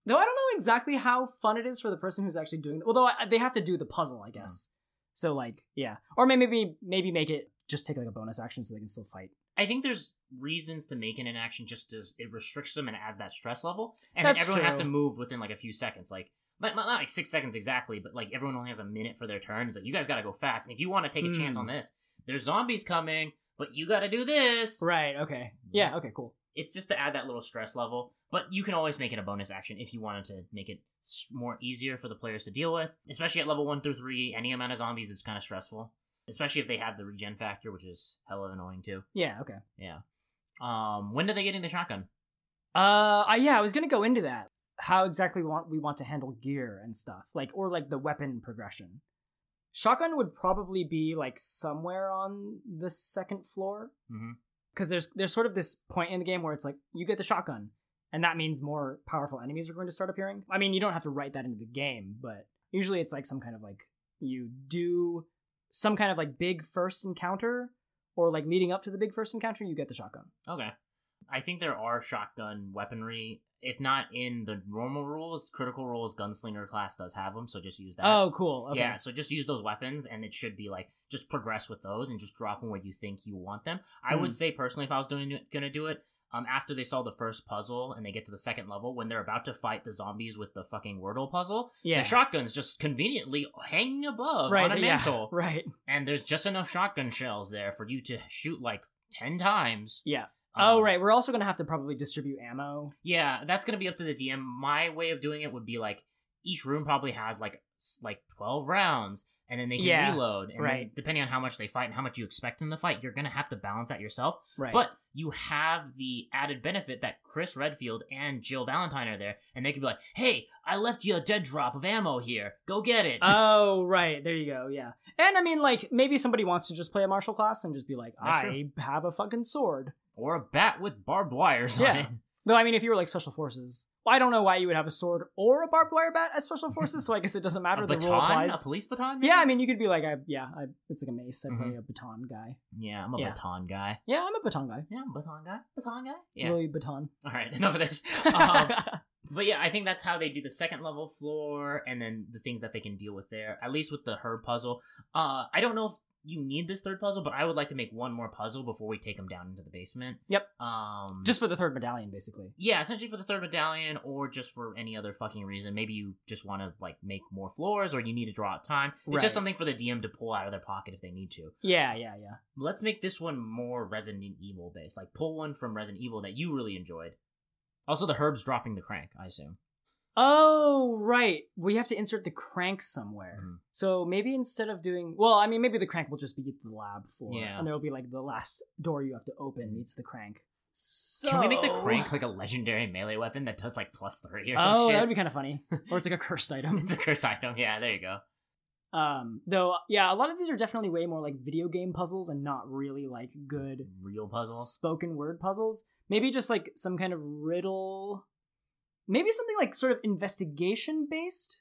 B: Though I don't know exactly how fun it is for the person who's actually doing. Although I, they have to do the puzzle, I guess. So like, yeah, or may- maybe maybe make it just take like a bonus action so they can still fight.
A: do it. I think there's reasons to make it an action just as it restricts them and adds that stress level, and then
B: That's
A: everyone has
B: true.
A: to move within like a few seconds, like. Not, not not, like six seconds exactly, but like everyone only has a minute for their turn. It's like you guys got to go fast, and if you want to take a chance
B: Hmm.
A: on this, there's zombies coming, but you got to do this.
B: Right. Okay. Yeah. Okay. Cool.
A: it's just to add that little stress level, but you can always make it a bonus action if you wanted to make it s- more easier for the players to deal with. Especially at level 1 through 3, any amount of zombies is kind of stressful, especially if they have the regen factor, which is hella annoying too.
B: Yeah. Okay.
A: Um, when are they getting the shotgun?
B: Uh, I, yeah, I was gonna go into that. How exactly we want we want to handle gear and stuff, like or like the weapon progression. Shotgun would probably be like somewhere on the second floor.
A: Mhm.
B: because there's there's sort of this point in the game where it's like you get the shotgun, and that means more powerful enemies are going to start appearing. I mean, you don't have to write that into the game, but usually it's like some kind of like you do some kind of like big first encounter or like leading up to the big first encounter, you get the shotgun.
A: Okay. I think there are shotgun weaponry. If not in the normal rules, critical rules, gunslinger class does have them, so just use that.
B: Oh, cool. Okay.
A: Yeah, so just use those weapons, and it should be like just progress with those and just drop them where you think you want them. I
B: Hmm.
A: would say personally, if I was doing gonna do it, um, after they solve the first puzzle and they get to the second level, when they're about to fight the zombies with the fucking Wordle puzzle,
B: yeah.
A: the shotgun's just conveniently hanging above
B: right.
A: on a
B: yeah,
A: mantle,
B: Right.
A: and there's just enough shotgun shells there for you to shoot like ten times.
B: Yeah.
A: Um,
B: oh, right. We're also gonna have to probably distribute ammo.
A: yeah, that's gonna be up to the DM. My way of doing it would be like each room probably has like s- like twelve rounds, and then they can
B: Yeah,
A: reload. And then
B: right.
A: depending on how much they fight and how much you expect them to fight, you're gonna have to balance that yourself.
B: Right.
A: But you have the added benefit that Chris Redfield and Jill Valentine are there, and they can be like, "Hey, I left you a dead drop of ammo here. Go get it."
B: oh, right. There you go. Yeah. And I mean, like, maybe somebody wants to just play a martial class and just be like,
A: That's
B: I have a fucking sword.
A: or a bat with barbed wires on
B: Yeah.
A: it.
B: Though, I mean, if you were like special forces, well, I don't know why you would have a sword or a barbed wire bat as special forces, so I guess it doesn't matter.
A: A
B: the rule
A: baton, a
B: applies.
A: police baton. maybe?
B: Yeah, I mean, you could be like, I, yeah, I, it's like a mace. I play
A: Mhm.
B: a baton guy.
A: yeah, I'm a
B: Yeah.
A: baton guy.
B: Yeah, I'm a baton guy.
A: Yeah, I'm a baton guy. Baton guy. Yeah.
B: Louis Baton.
A: All right, enough of this. Um, But yeah, I think that's how they do the second level floor and then the things that they can deal with there, at least with the herb puzzle. Uh, I don't know if you need this third puzzle, but I would like to make one more puzzle before we take them down into the basement.
B: Yep.
A: Um,
B: just for the third medallion, basically.
A: yeah, essentially for the third medallion or just for any other fucking reason. Maybe you just want to like make more floors or you need to draw out time. It's
B: Right.
A: just something for the DM to pull out of their pocket if they need to.
B: Yeah, yeah, yeah.
A: Let's make this one more Resident Evil based. Like pull one from Resident Evil that you really enjoyed. Also, the herbs dropping the crank, I assume.
B: Oh, right. We have to insert the crank somewhere.
A: Mhm.
B: So maybe instead of doing, well, I mean, maybe the crank will just be the lab floor,
A: Yeah. Mm-hmm.
B: and there will be like the last door you have to open needs the crank. So
A: Can we make the crank like a legendary melee weapon that does like plus three or some
B: oh,
A: shit?
B: that would be kind of funny. Or it's like a cursed item.
A: It's a curse item. Yeah, there you go.
B: Um, though, yeah, a lot of these are definitely way more like video game puzzles and not really like good
A: Real puzzle.
B: spoken word puzzles. Maybe just like some kind of riddle. Maybe something like sort of investigation based,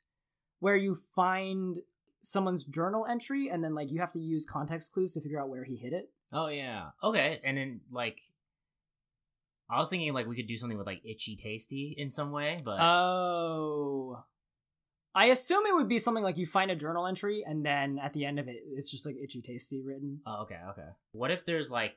B: where you find someone's journal entry and then like you have to use context clues to figure out where he hid it.
A: Oh yeah. Okay. And then like, I was thinking like we could do something with like itchy tasty in some way, but
B: Oh. I assume it would be something like you find a journal entry and then at the end of it, it's just like itchy tasty written.
A: oh, okay, okay. What if there's like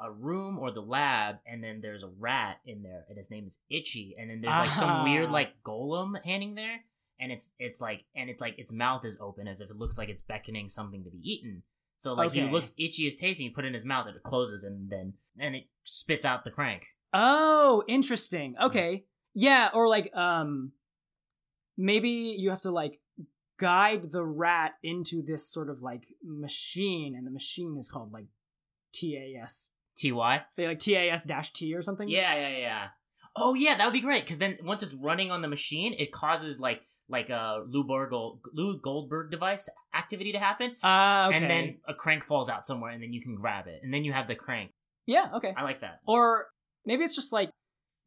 A: a room or the lab, and then there's a rat in there, and his name is Itchy, and then there's like some weird
B: Ah.
A: like golem hanging there, and it's it's like and it's like its mouth is open as if it looks like it's beckoning something to be eaten. So like he
B: Okay.
A: looks itchy as tasty, you put it in his mouth, it closes, and then and it spits out the crank.
B: Oh, interesting. Okay. Yeah, or like um maybe you have to like guide the rat into this sort of like machine and the machine is called like TAS.
A: T Y.
B: They like TAS T or something.
A: Yeah, yeah, yeah. Oh yeah, that would be great because then once it's running on the machine, it causes like like a Lou Borgold, Lou Goldberg device activity to happen,
B: Ah, okay.
A: and then a crank falls out somewhere, and then you can grab it, and then you have the crank.
B: Yeah, okay.
A: I like that.
B: Or maybe it's just like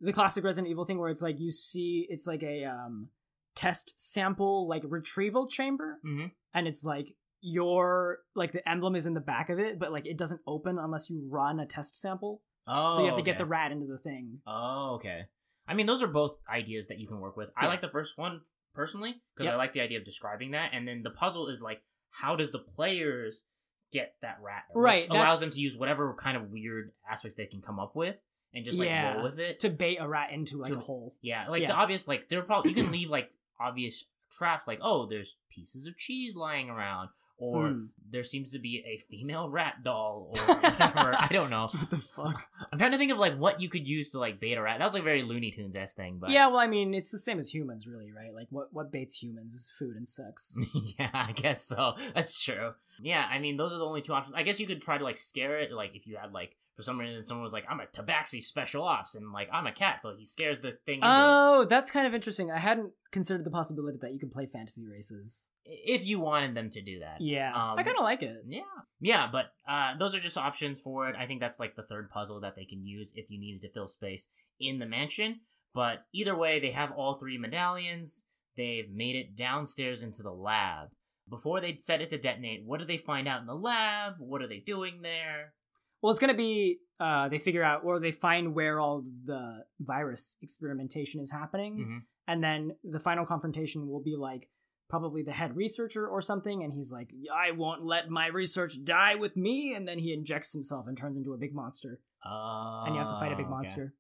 B: the classic Resident Evil thing where it's like you see it's like a um test sample like retrieval chamber
A: Mhm.
B: and it's like your like the emblem is in the back of it but like it doesn't open unless you run a test sample
A: Oh,
B: so you have to get
A: okay.
B: the rat into the thing
A: Oh, okay. I mean, those are both ideas that you can work with. I
B: Yeah.
A: like the first one personally because
B: Yep.
A: I like the idea of describing that, and then the puzzle is like, how does the players get that rat?
B: Right,
A: which allows
B: that's-
A: them to use whatever kind of weird aspects they can come up with, and just like
B: Yeah.
A: roll with it.
B: to bait a rat into like
A: To-
B: a hole
A: Yeah, like the
B: Yeah.
A: obvious, like there are probably you can leave like obvious traps, like oh, there's pieces of cheese lying around, or
B: Hmm.
A: there seems to be a female rat doll, or whatever. I don't know.
B: what the fuck
A: I'm trying to think of like what you could use to like bait a rat. That was like a very Looney Tunes esque thing, but
B: yeah well i mean it's the same as humans really right like what what baits humans is food and sex
A: yeah, I guess so. That's true. Yeah, I mean those are the only two options. I guess you could try to like scare it, like if you had like for some reason someone was like I'm a Tabaxi special ops and like I'm a cat, so he scares the thing. Into it.
B: oh that's kind of interesting i hadn't considered the possibility that you can play fantasy races
A: If you wanted them to do that,
B: Yeah,
A: Um,
B: I kind of like it.
A: Yeah. Yeah, but uh, those are just options for it. I think that's like the third puzzle that they can use if you needed to fill space in the mansion. But either way, they have all three medallions. They've made it downstairs into the lab. Before they set it to detonate, what do they find out in the lab? What are they doing there?
B: Well, it's gonna be uh, they figure out or they find where all the virus experimentation is happening,
A: Mhm.
B: and then the final confrontation will be like probably the head researcher or something, and he's like, "I won't let my research die with me," and then he injects himself and turns into a big monster,
A: Oh,
B: and you have to fight a big
A: okay.
B: monster.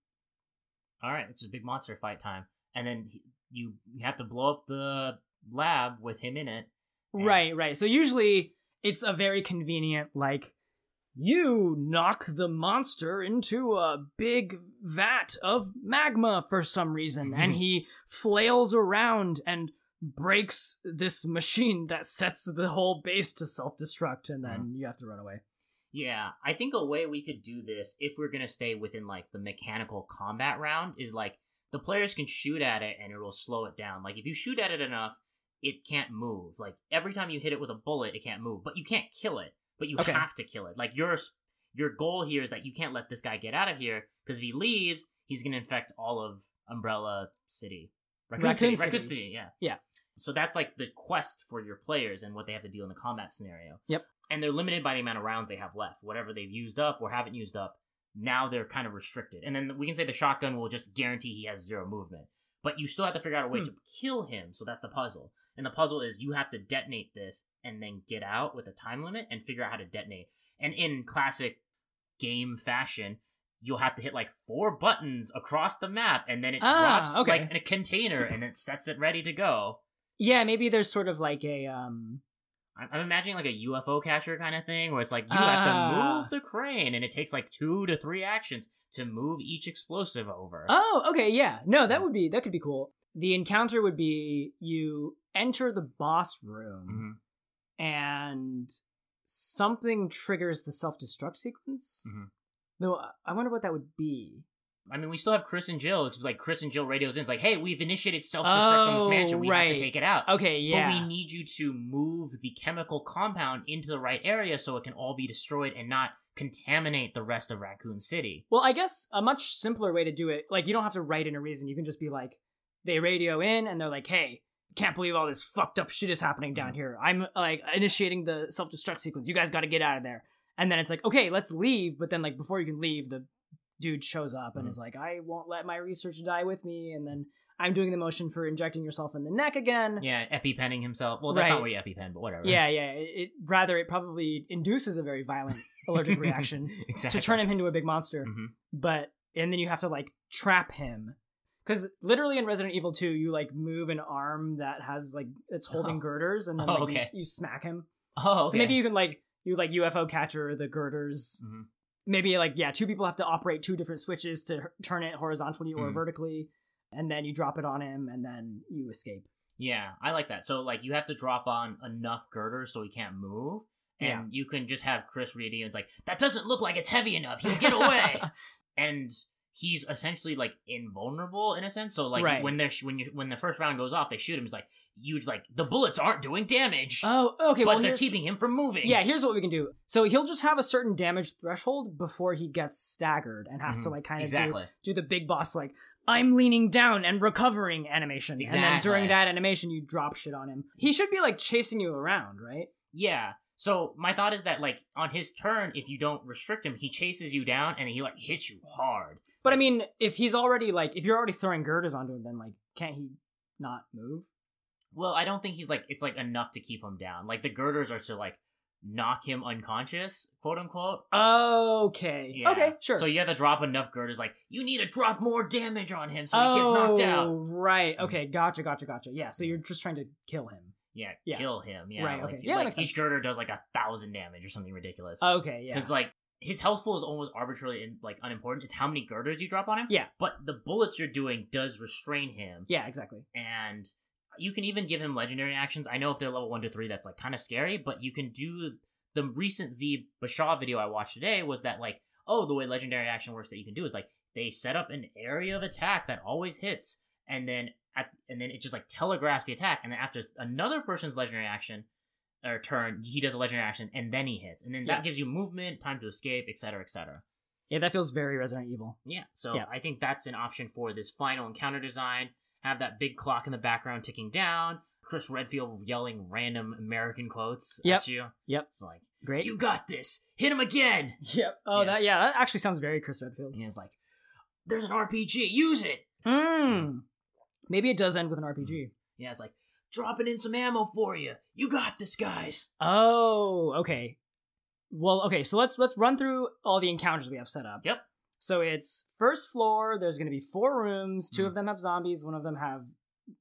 A: All right, it's a big monster fight time. And then he- you you have to blow up the lab with him in it. Yeah.
B: Right, right. So usually it's a very convenient like. You knock the monster into a big vat of magma for some reason, and he flails around and breaks this machine that sets the whole base to self destruct, and then you have to run away.
A: Yeah, I think a way we could do this, if we're gonna stay within like the mechanical combat round, is like the players can shoot at it and it will slow it down. Like if you shoot at it enough, it can't move. Like every time you hit it with a bullet, it can't move, but you can't kill it. But you
B: Okay.
A: have to kill it. Like your s- your goal here is that you can't let this guy get out of here because if he leaves, he's gonna infect all of Umbrella City, Raccoon,
B: Raccoon
A: City,
B: City.
A: Raccoon City. Yeah,
B: Yeah.
A: So that's like the quest for your players and what they have to do in the combat scenario.
B: Yep.
A: And they're limited by the amount of rounds they have left. Whatever they've used up or haven't used up, now they're kind of restricted. And then we can say the shotgun will just guarantee he has zero movement. But you still have to figure out a way
B: Hmm.
A: to kill him, so that's the puzzle. And the puzzle is you have to detonate this and then get out with a time limit and figure out how to detonate. And in classic game fashion, you'll have to hit like four buttons across the map and then it
B: Ah,
A: drops
B: okay.
A: like in a container and it sets it ready to go.
B: Yeah, maybe there's sort of like a um.
A: I'm, I'm imagining like a UFO catcher kind of thing where it's like you have to
B: Ah.
A: move the crane and it takes like two to three actions to move each explosive over.
B: Oh, okay, yeah. No, that would be that could be cool. The encounter would be you enter the boss room.
A: Mhm,
B: and something triggers the self destruct sequence.
A: mhm.
B: Though I- I wonder what that would be.
A: I mean, we still have Chris and Jill. It's like Chris and Jill radios in. It's like, hey, we've initiated self destruct on this
B: Oh,
A: mansion. We have
B: right.
A: to take it out.
B: Okay, yeah.
A: But we need you to move the chemical compound into the right area so it can all be destroyed and not contaminate the rest of Raccoon City.
B: well, I guess a much simpler way to do it, like you don't have to write in a reason. You can just be like, they radio in and they're like, hey, can't believe all this fucked up shit is happening down here. I'm like initiating the self destruct sequence. You guys got to get out of there. And then it's like, okay, let's leave. But then, like, before you can leave, the dude shows up and
A: Mhm.
B: is like, I won't let my research die with me. And then I'm doing the motion for injecting yourself in the neck again.
A: Yeah, EpiPenning himself. Well, that's
B: Right.
A: not where you EpiPen, but whatever.
B: Yeah, yeah. It, it rather it probably induces a very violent allergic reaction
A: exactly.
B: to turn him into a big monster.
A: Mhm.
B: But and then you have to like trap him because literally in Resident Evil Two, you like move an arm that has like it's holding
A: Oh.
B: girders, and then
A: Oh,
B: like, you,
A: okay.
B: s- you smack him.
A: Oh, okay.
B: So maybe you can like you like UFO catcher the girders.
A: Mhm.
B: Maybe like yeah, two people have to operate two different switches to h- turn it horizontally or
A: Mhm.
B: vertically, and then you drop it on him, and then you escape.
A: Yeah, I like that. So like you have to drop on enough girders so he can't move. And
B: Yeah.
A: you can just have Chris radio and it's like, that doesn't look like it's heavy enough. He'll get away. and he's essentially like invulnerable in a sense. So like
B: Right.
A: when they're sh- when you when the first round goes off, they shoot him. It's like you like the bullets aren't doing damage,
B: Oh, okay.
A: but
B: well,
A: they're
B: here's-
A: keeping him from moving.
B: Yeah, here's what we can do. So he'll just have a certain damage threshold before he gets staggered and has to
A: Mhm.
B: like kind of
A: exactly.
B: do, do the big boss like I'm leaning down and recovering animation. And then
A: Exactly.
B: during that animation you drop shit on him. He should be like chasing you around, right?
A: Yeah. So my thought is that like on his turn, if you don't restrict him, he chases you down and he like hits you hard.
B: But I mean, if he's already like if you're already throwing girders onto him, then like can't he not move?
A: Well, I don't think he's like it's like enough to keep him down. Like the girders are to like knock him unconscious, quote unquote.
B: Okay.
A: Yeah.
B: Okay, sure.
A: So you have to drop enough girders. Like you need to drop more damage on him so he
B: oh,
A: gets knocked out. Mm-hmm.
B: right. Okay, gotcha, gotcha, gotcha. Yeah, so you're just trying to kill him.
A: Yeah,
B: Yeah.
A: kill him. Yeah,
B: Right,
A: like,
B: okay. Yeah, that
A: like,
B: makes
A: each
B: sense.
A: girder does like a thousand damage or something ridiculous.
B: Okay, yeah.
A: Because like his health pool is almost arbitrarily and like unimportant. It's how many girders you drop on him.
B: Yeah.
A: But the bullets you're doing does restrain him.
B: Yeah, exactly.
A: and you can even give him legendary actions. I know if they're level one to three, that's like kind of scary, but you can do the recent Z Bashaw video I watched today was that like, oh, the way legendary action works that you can do is like they set up an area of attack that always hits, and then at and then it just like telegraphs the attack, and then after another person's legendary action or turn, he does a legendary action, and then he hits, and then
B: Yeah.
A: that gives you movement, time to escape, etc., etc.
B: Yeah, that feels very Resident Evil.
A: Yeah. So
B: Yeah.
A: I think that's an option for this final encounter design. Have that big clock in the background ticking down. Chris Redfield yelling random American quotes
B: Yep.
A: at you.
B: Yep.
A: It's like,
B: Great.
A: you got this. Hit him again.
B: Yep. Oh,
A: Yeah.
B: that yeah, that actually sounds very Chris Redfield.
A: And it's like, there's an RPG. Use it.
B: Mm. Maybe it does end with an RPG.
A: Yeah. It's like, dropping in some ammo for you. You got this, guys.
B: Oh, okay. Well, okay. So let's let's run through all the encounters we have set up.
A: Yep.
B: So it's first floor. There's going to be four rooms. Two
A: Mm-hmm.
B: of them have zombies. One of them have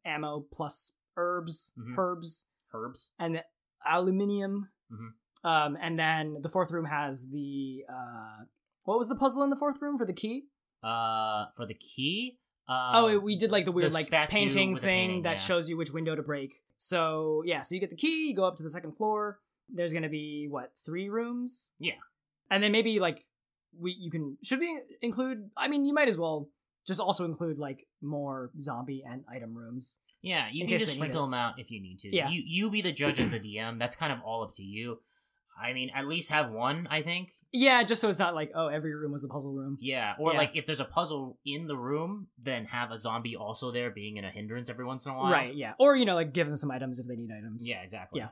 B: ammo plus herbs,
A: Mhm.
B: herbs,
A: Herbs.
B: and the aluminium.
A: Mhm.
B: Um, and then the fourth room has the uh, what was the puzzle in the fourth room for the key?
A: Uh, for the key, Um,
B: oh, we did like the weird
A: the
B: like
A: statue
B: painting
A: with a
B: thing
A: painting,
B: that
A: yeah.
B: shows you which window to break. So yeah, so you get the key, you go up to the second floor. There's gonna be what three rooms?
A: Yeah.
B: and then maybe like we you can should we include? I mean, you might as well just also include like more zombie and item rooms.
A: Yeah, you
B: in
A: can
B: case
A: just
B: they need
A: sprinkle
B: it.
A: them out if you need to.
B: Yeah.
A: You you be the judge as the DM. That's kind of all up to you. I mean, at least have one, I think.
B: Yeah, just so it's not like oh every room was a puzzle room.
A: Yeah. Or
B: Yeah.
A: like if there's a puzzle in the room, then have a zombie also there being in a hindrance every once in a while.
B: Right. Yeah, or you know like give them some items if they need items.
A: Yeah, exactly.
B: Yeah.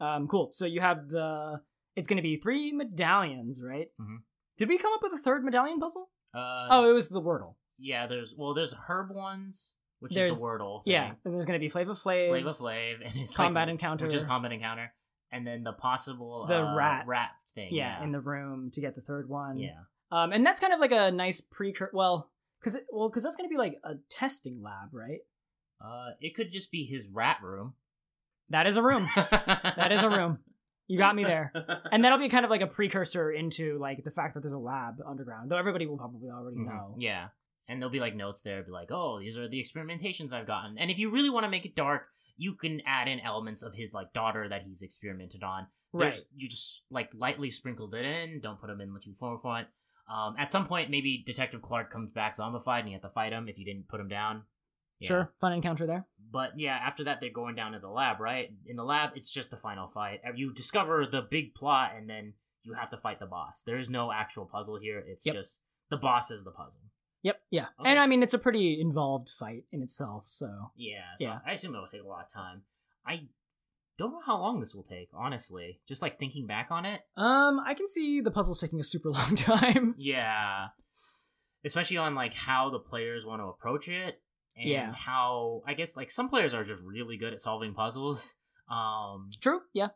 B: Um. Cool. So you have the it's gonna be three medallions, right?
A: Mhm.
B: Did we come up with a third medallion puzzle?
A: Uh,
B: Oh, it was the Wordle.
A: yeah, there's well there's herb ones, which is
B: There's-
A: the wordle thing.
B: Yeah, and there's gonna be Flava Flav,
A: Flava Flav and his
B: Combat
A: like,
B: Encounter.
A: which is combat encounter. And then the possible
B: The
A: uh,
B: rat.
A: rat thing.
B: yeah, in the room to get the third one.
A: yeah.
B: um, and that's kind of like a nice precursor. Well, because well, because that's gonna be like a testing lab, right?
A: Uh, it could just be his rat room.
B: That is a room.
A: that
B: that is a room. You got me there. And that'll be kind of like a precursor into like the fact that there's a lab underground, though everybody will probably already
A: Mhm.
B: know.
A: Yeah. And there'll be like notes there, be like, oh, these are the experimentations I've gotten. And if you really want to make it dark, you can add in elements of his like daughter that he's experimented on.
B: right.
A: There's- You just like lightly sprinkled it in. Don't put him in too forefront. Um, at some point, maybe Detective Clark comes back zombified and you have to fight him if you didn't put him down. Yeah.
B: Sure. Fun encounter there.
A: But yeah, after that, they're going down to the lab, right? In the lab, it's just the final fight. You discover the big plot and then you have to fight the boss. There is no actual puzzle here. It's
B: Yep.
A: just the boss is the puzzle.
B: Yep. Yeah.
A: Okay.
B: And I mean, it's a pretty involved fight in itself. So
A: Yeah, so
B: Yeah.
A: I assume it'll take a lot of time. I don't know how long this will take, honestly. Just like thinking back on it.
B: um, I can see the puzzles taking a super long time.
A: Yeah. Especially on like how the players want to approach it and
B: Yeah.
A: how I guess like some players are just really good at solving puzzles. Um
B: True. Yeah.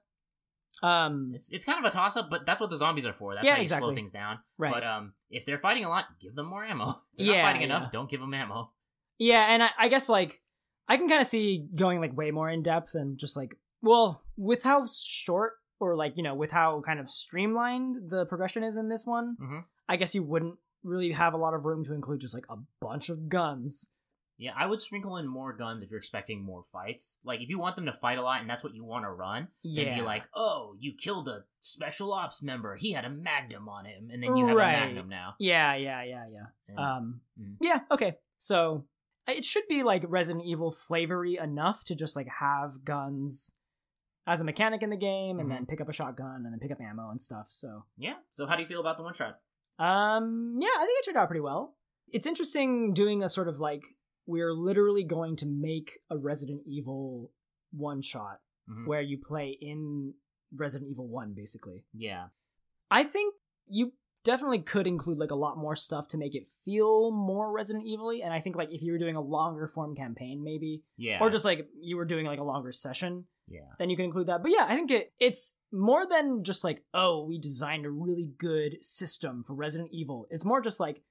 B: Um.
A: it's it's kind of a toss up, but that's what the zombies are for. That's
B: Yeah,
A: how you slow
B: exactly.
A: things down.
B: Right.
A: But um if they're fighting a lot, give them more ammo. If they're
B: Yeah,
A: not fighting
B: yeah.
A: enough, don't give them ammo.
B: yeah, and I, I guess like I can kind of see going like way more in depth and just like well, with how short or like you know with how kind of streamlined the progression is in this one,
A: Mhm.
B: I guess you wouldn't really have a lot of room to include just like a bunch of guns.
A: Yeah, I would sprinkle in more guns if you're expecting more fights. Like if you want them to fight a lot and that's what you want to run,
B: Yeah.
A: and be like, "Oh, you killed a special ops member. He had a magnum on him, and then you have
B: Right.
A: a magnum now."
B: yeah, yeah, yeah, yeah.
A: And-
B: Um,
A: Mhm.
B: yeah, okay. So it should be like Resident Evil flavory enough to just like have guns as a mechanic in the game, and
A: Mm-hmm.
B: then pick up a shotgun, and then pick up ammo and stuff. So,
A: yeah. So how do you feel about the one shot?
B: um, yeah, I think it turned out pretty well. It's interesting doing a sort of like we're literally going to make a Resident Evil one shot
A: Mhm.
B: where you play in Resident Evil One, basically.
A: Yeah,
B: I think you definitely could include like a lot more stuff to make it feel more Resident Evil-y. And I think like if you were doing a longer form campaign, maybe,
A: yeah,
B: or just like you were doing like a longer session,
A: yeah,
B: then you can include that. But yeah, I think it it's more than just like oh we designed a really good system for Resident Evil. It's more just like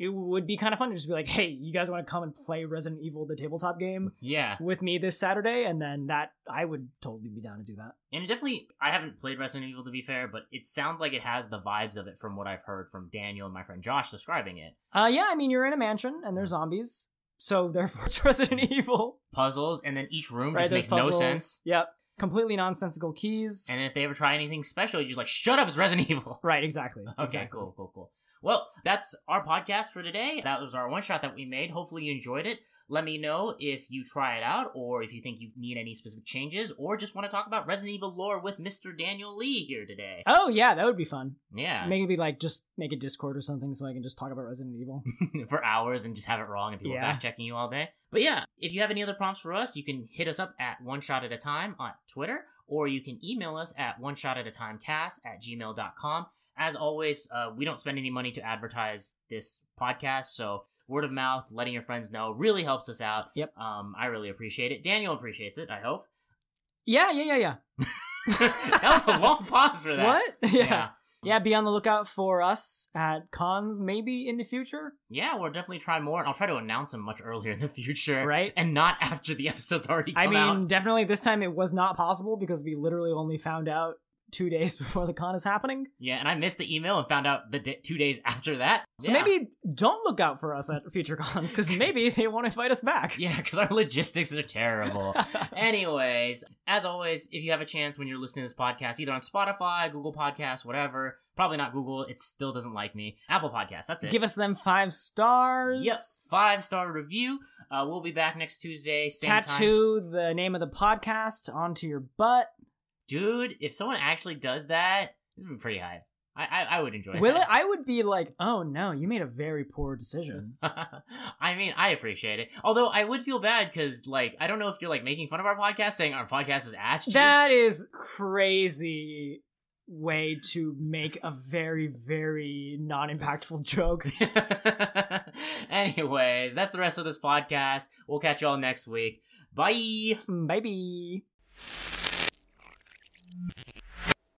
B: it would be kind of fun to just be like, hey, you guys want to come and play Resident Evil the tabletop game
A: yeah.
B: with me this Saturday? And then that I would totally be down to do that.
A: And it definitely, I haven't played Resident Evil to be fair, but it sounds like it has the vibes of it from what I've heard from Daniel and my friend Josh describing it.
B: Uh, yeah, I mean, you're in a mansion and
A: Mm.
B: there's zombies, so therefore it's Resident Evil.
A: Puzzles, and then each room
B: Right?
A: Mm. just makes
B: There's puzzles.
A: no sense.
B: Yep. Completely nonsensical keys.
A: And if they ever try anything special, you're just like, "Shut up! It's Resident Evil."
B: right, exactly.
A: Okay,
B: exactly.
A: cool, cool, cool. Well, that's our podcast for today. That was our one shot that we made. Hopefully, you enjoyed it. Let me know if you try it out or if you think you need any specific changes or just want to talk about Resident Evil lore with Mr. Daniel Lee here today.
B: Oh, yeah, that would be fun.
A: Yeah,
B: Maybe like just make a Discord or something so I can just talk about Resident Evil.
A: for hours and just have it wrong and people
B: Yeah.
A: fact checking you all day. But yeah, if you have any other prompts for us, you can hit us up at one shot at a time on Twitter or you can email us at one shot at a time cast at gmail.com. As always, uh, we don't spend any money to advertise this podcast, so word of mouth, letting your friends know really helps us out.
B: Yep.
A: Um, I really appreciate it. Daniel appreciates it, I hope.
B: yeah, yeah, yeah, yeah.
A: that was a long pause for that.
B: What? Yeah. yeah.
A: Yeah.
B: be on the lookout for us at cons maybe in the future.
A: Yeah, we'll definitely try more, and I'll try to announce them much earlier in the future.
B: Right?
A: And not after the episode's already come
B: I mean,
A: out.
B: definitely this time it was not possible because we literally only found out two days before the con is happening.
A: Yeah, and I missed the email and found out the d- two days after that.
B: So
A: Yeah.
B: maybe don't look out for us at future cons because maybe they won't invite us back.
A: Yeah, because our logistics are terrible. Anyways, as always, if you have a chance when you're listening to this podcast, either on Spotify, Google Podcasts, whatever, probably not Google, it still doesn't like me. Apple Podcasts, that's it.
B: Give us them five stars.
A: Yep, five star review. Uh, we'll be back next Tuesday. Same Time.
B: Tattoo the name of the podcast onto your butt.
A: Dude, if someone actually does that, this would be pretty high. I, I, I would enjoy
B: Will it?
A: that.
B: I would be like, oh no, you made a very poor decision.
A: I mean, I appreciate it. Although I would feel bad because, like, I don't know if you're like making fun of our podcast, saying our podcast is ash.
B: That is crazy way to make a very very non-impactful joke.
A: Anyways, that's the rest of this podcast. We'll catch y'all next week. Bye.
B: Maybe.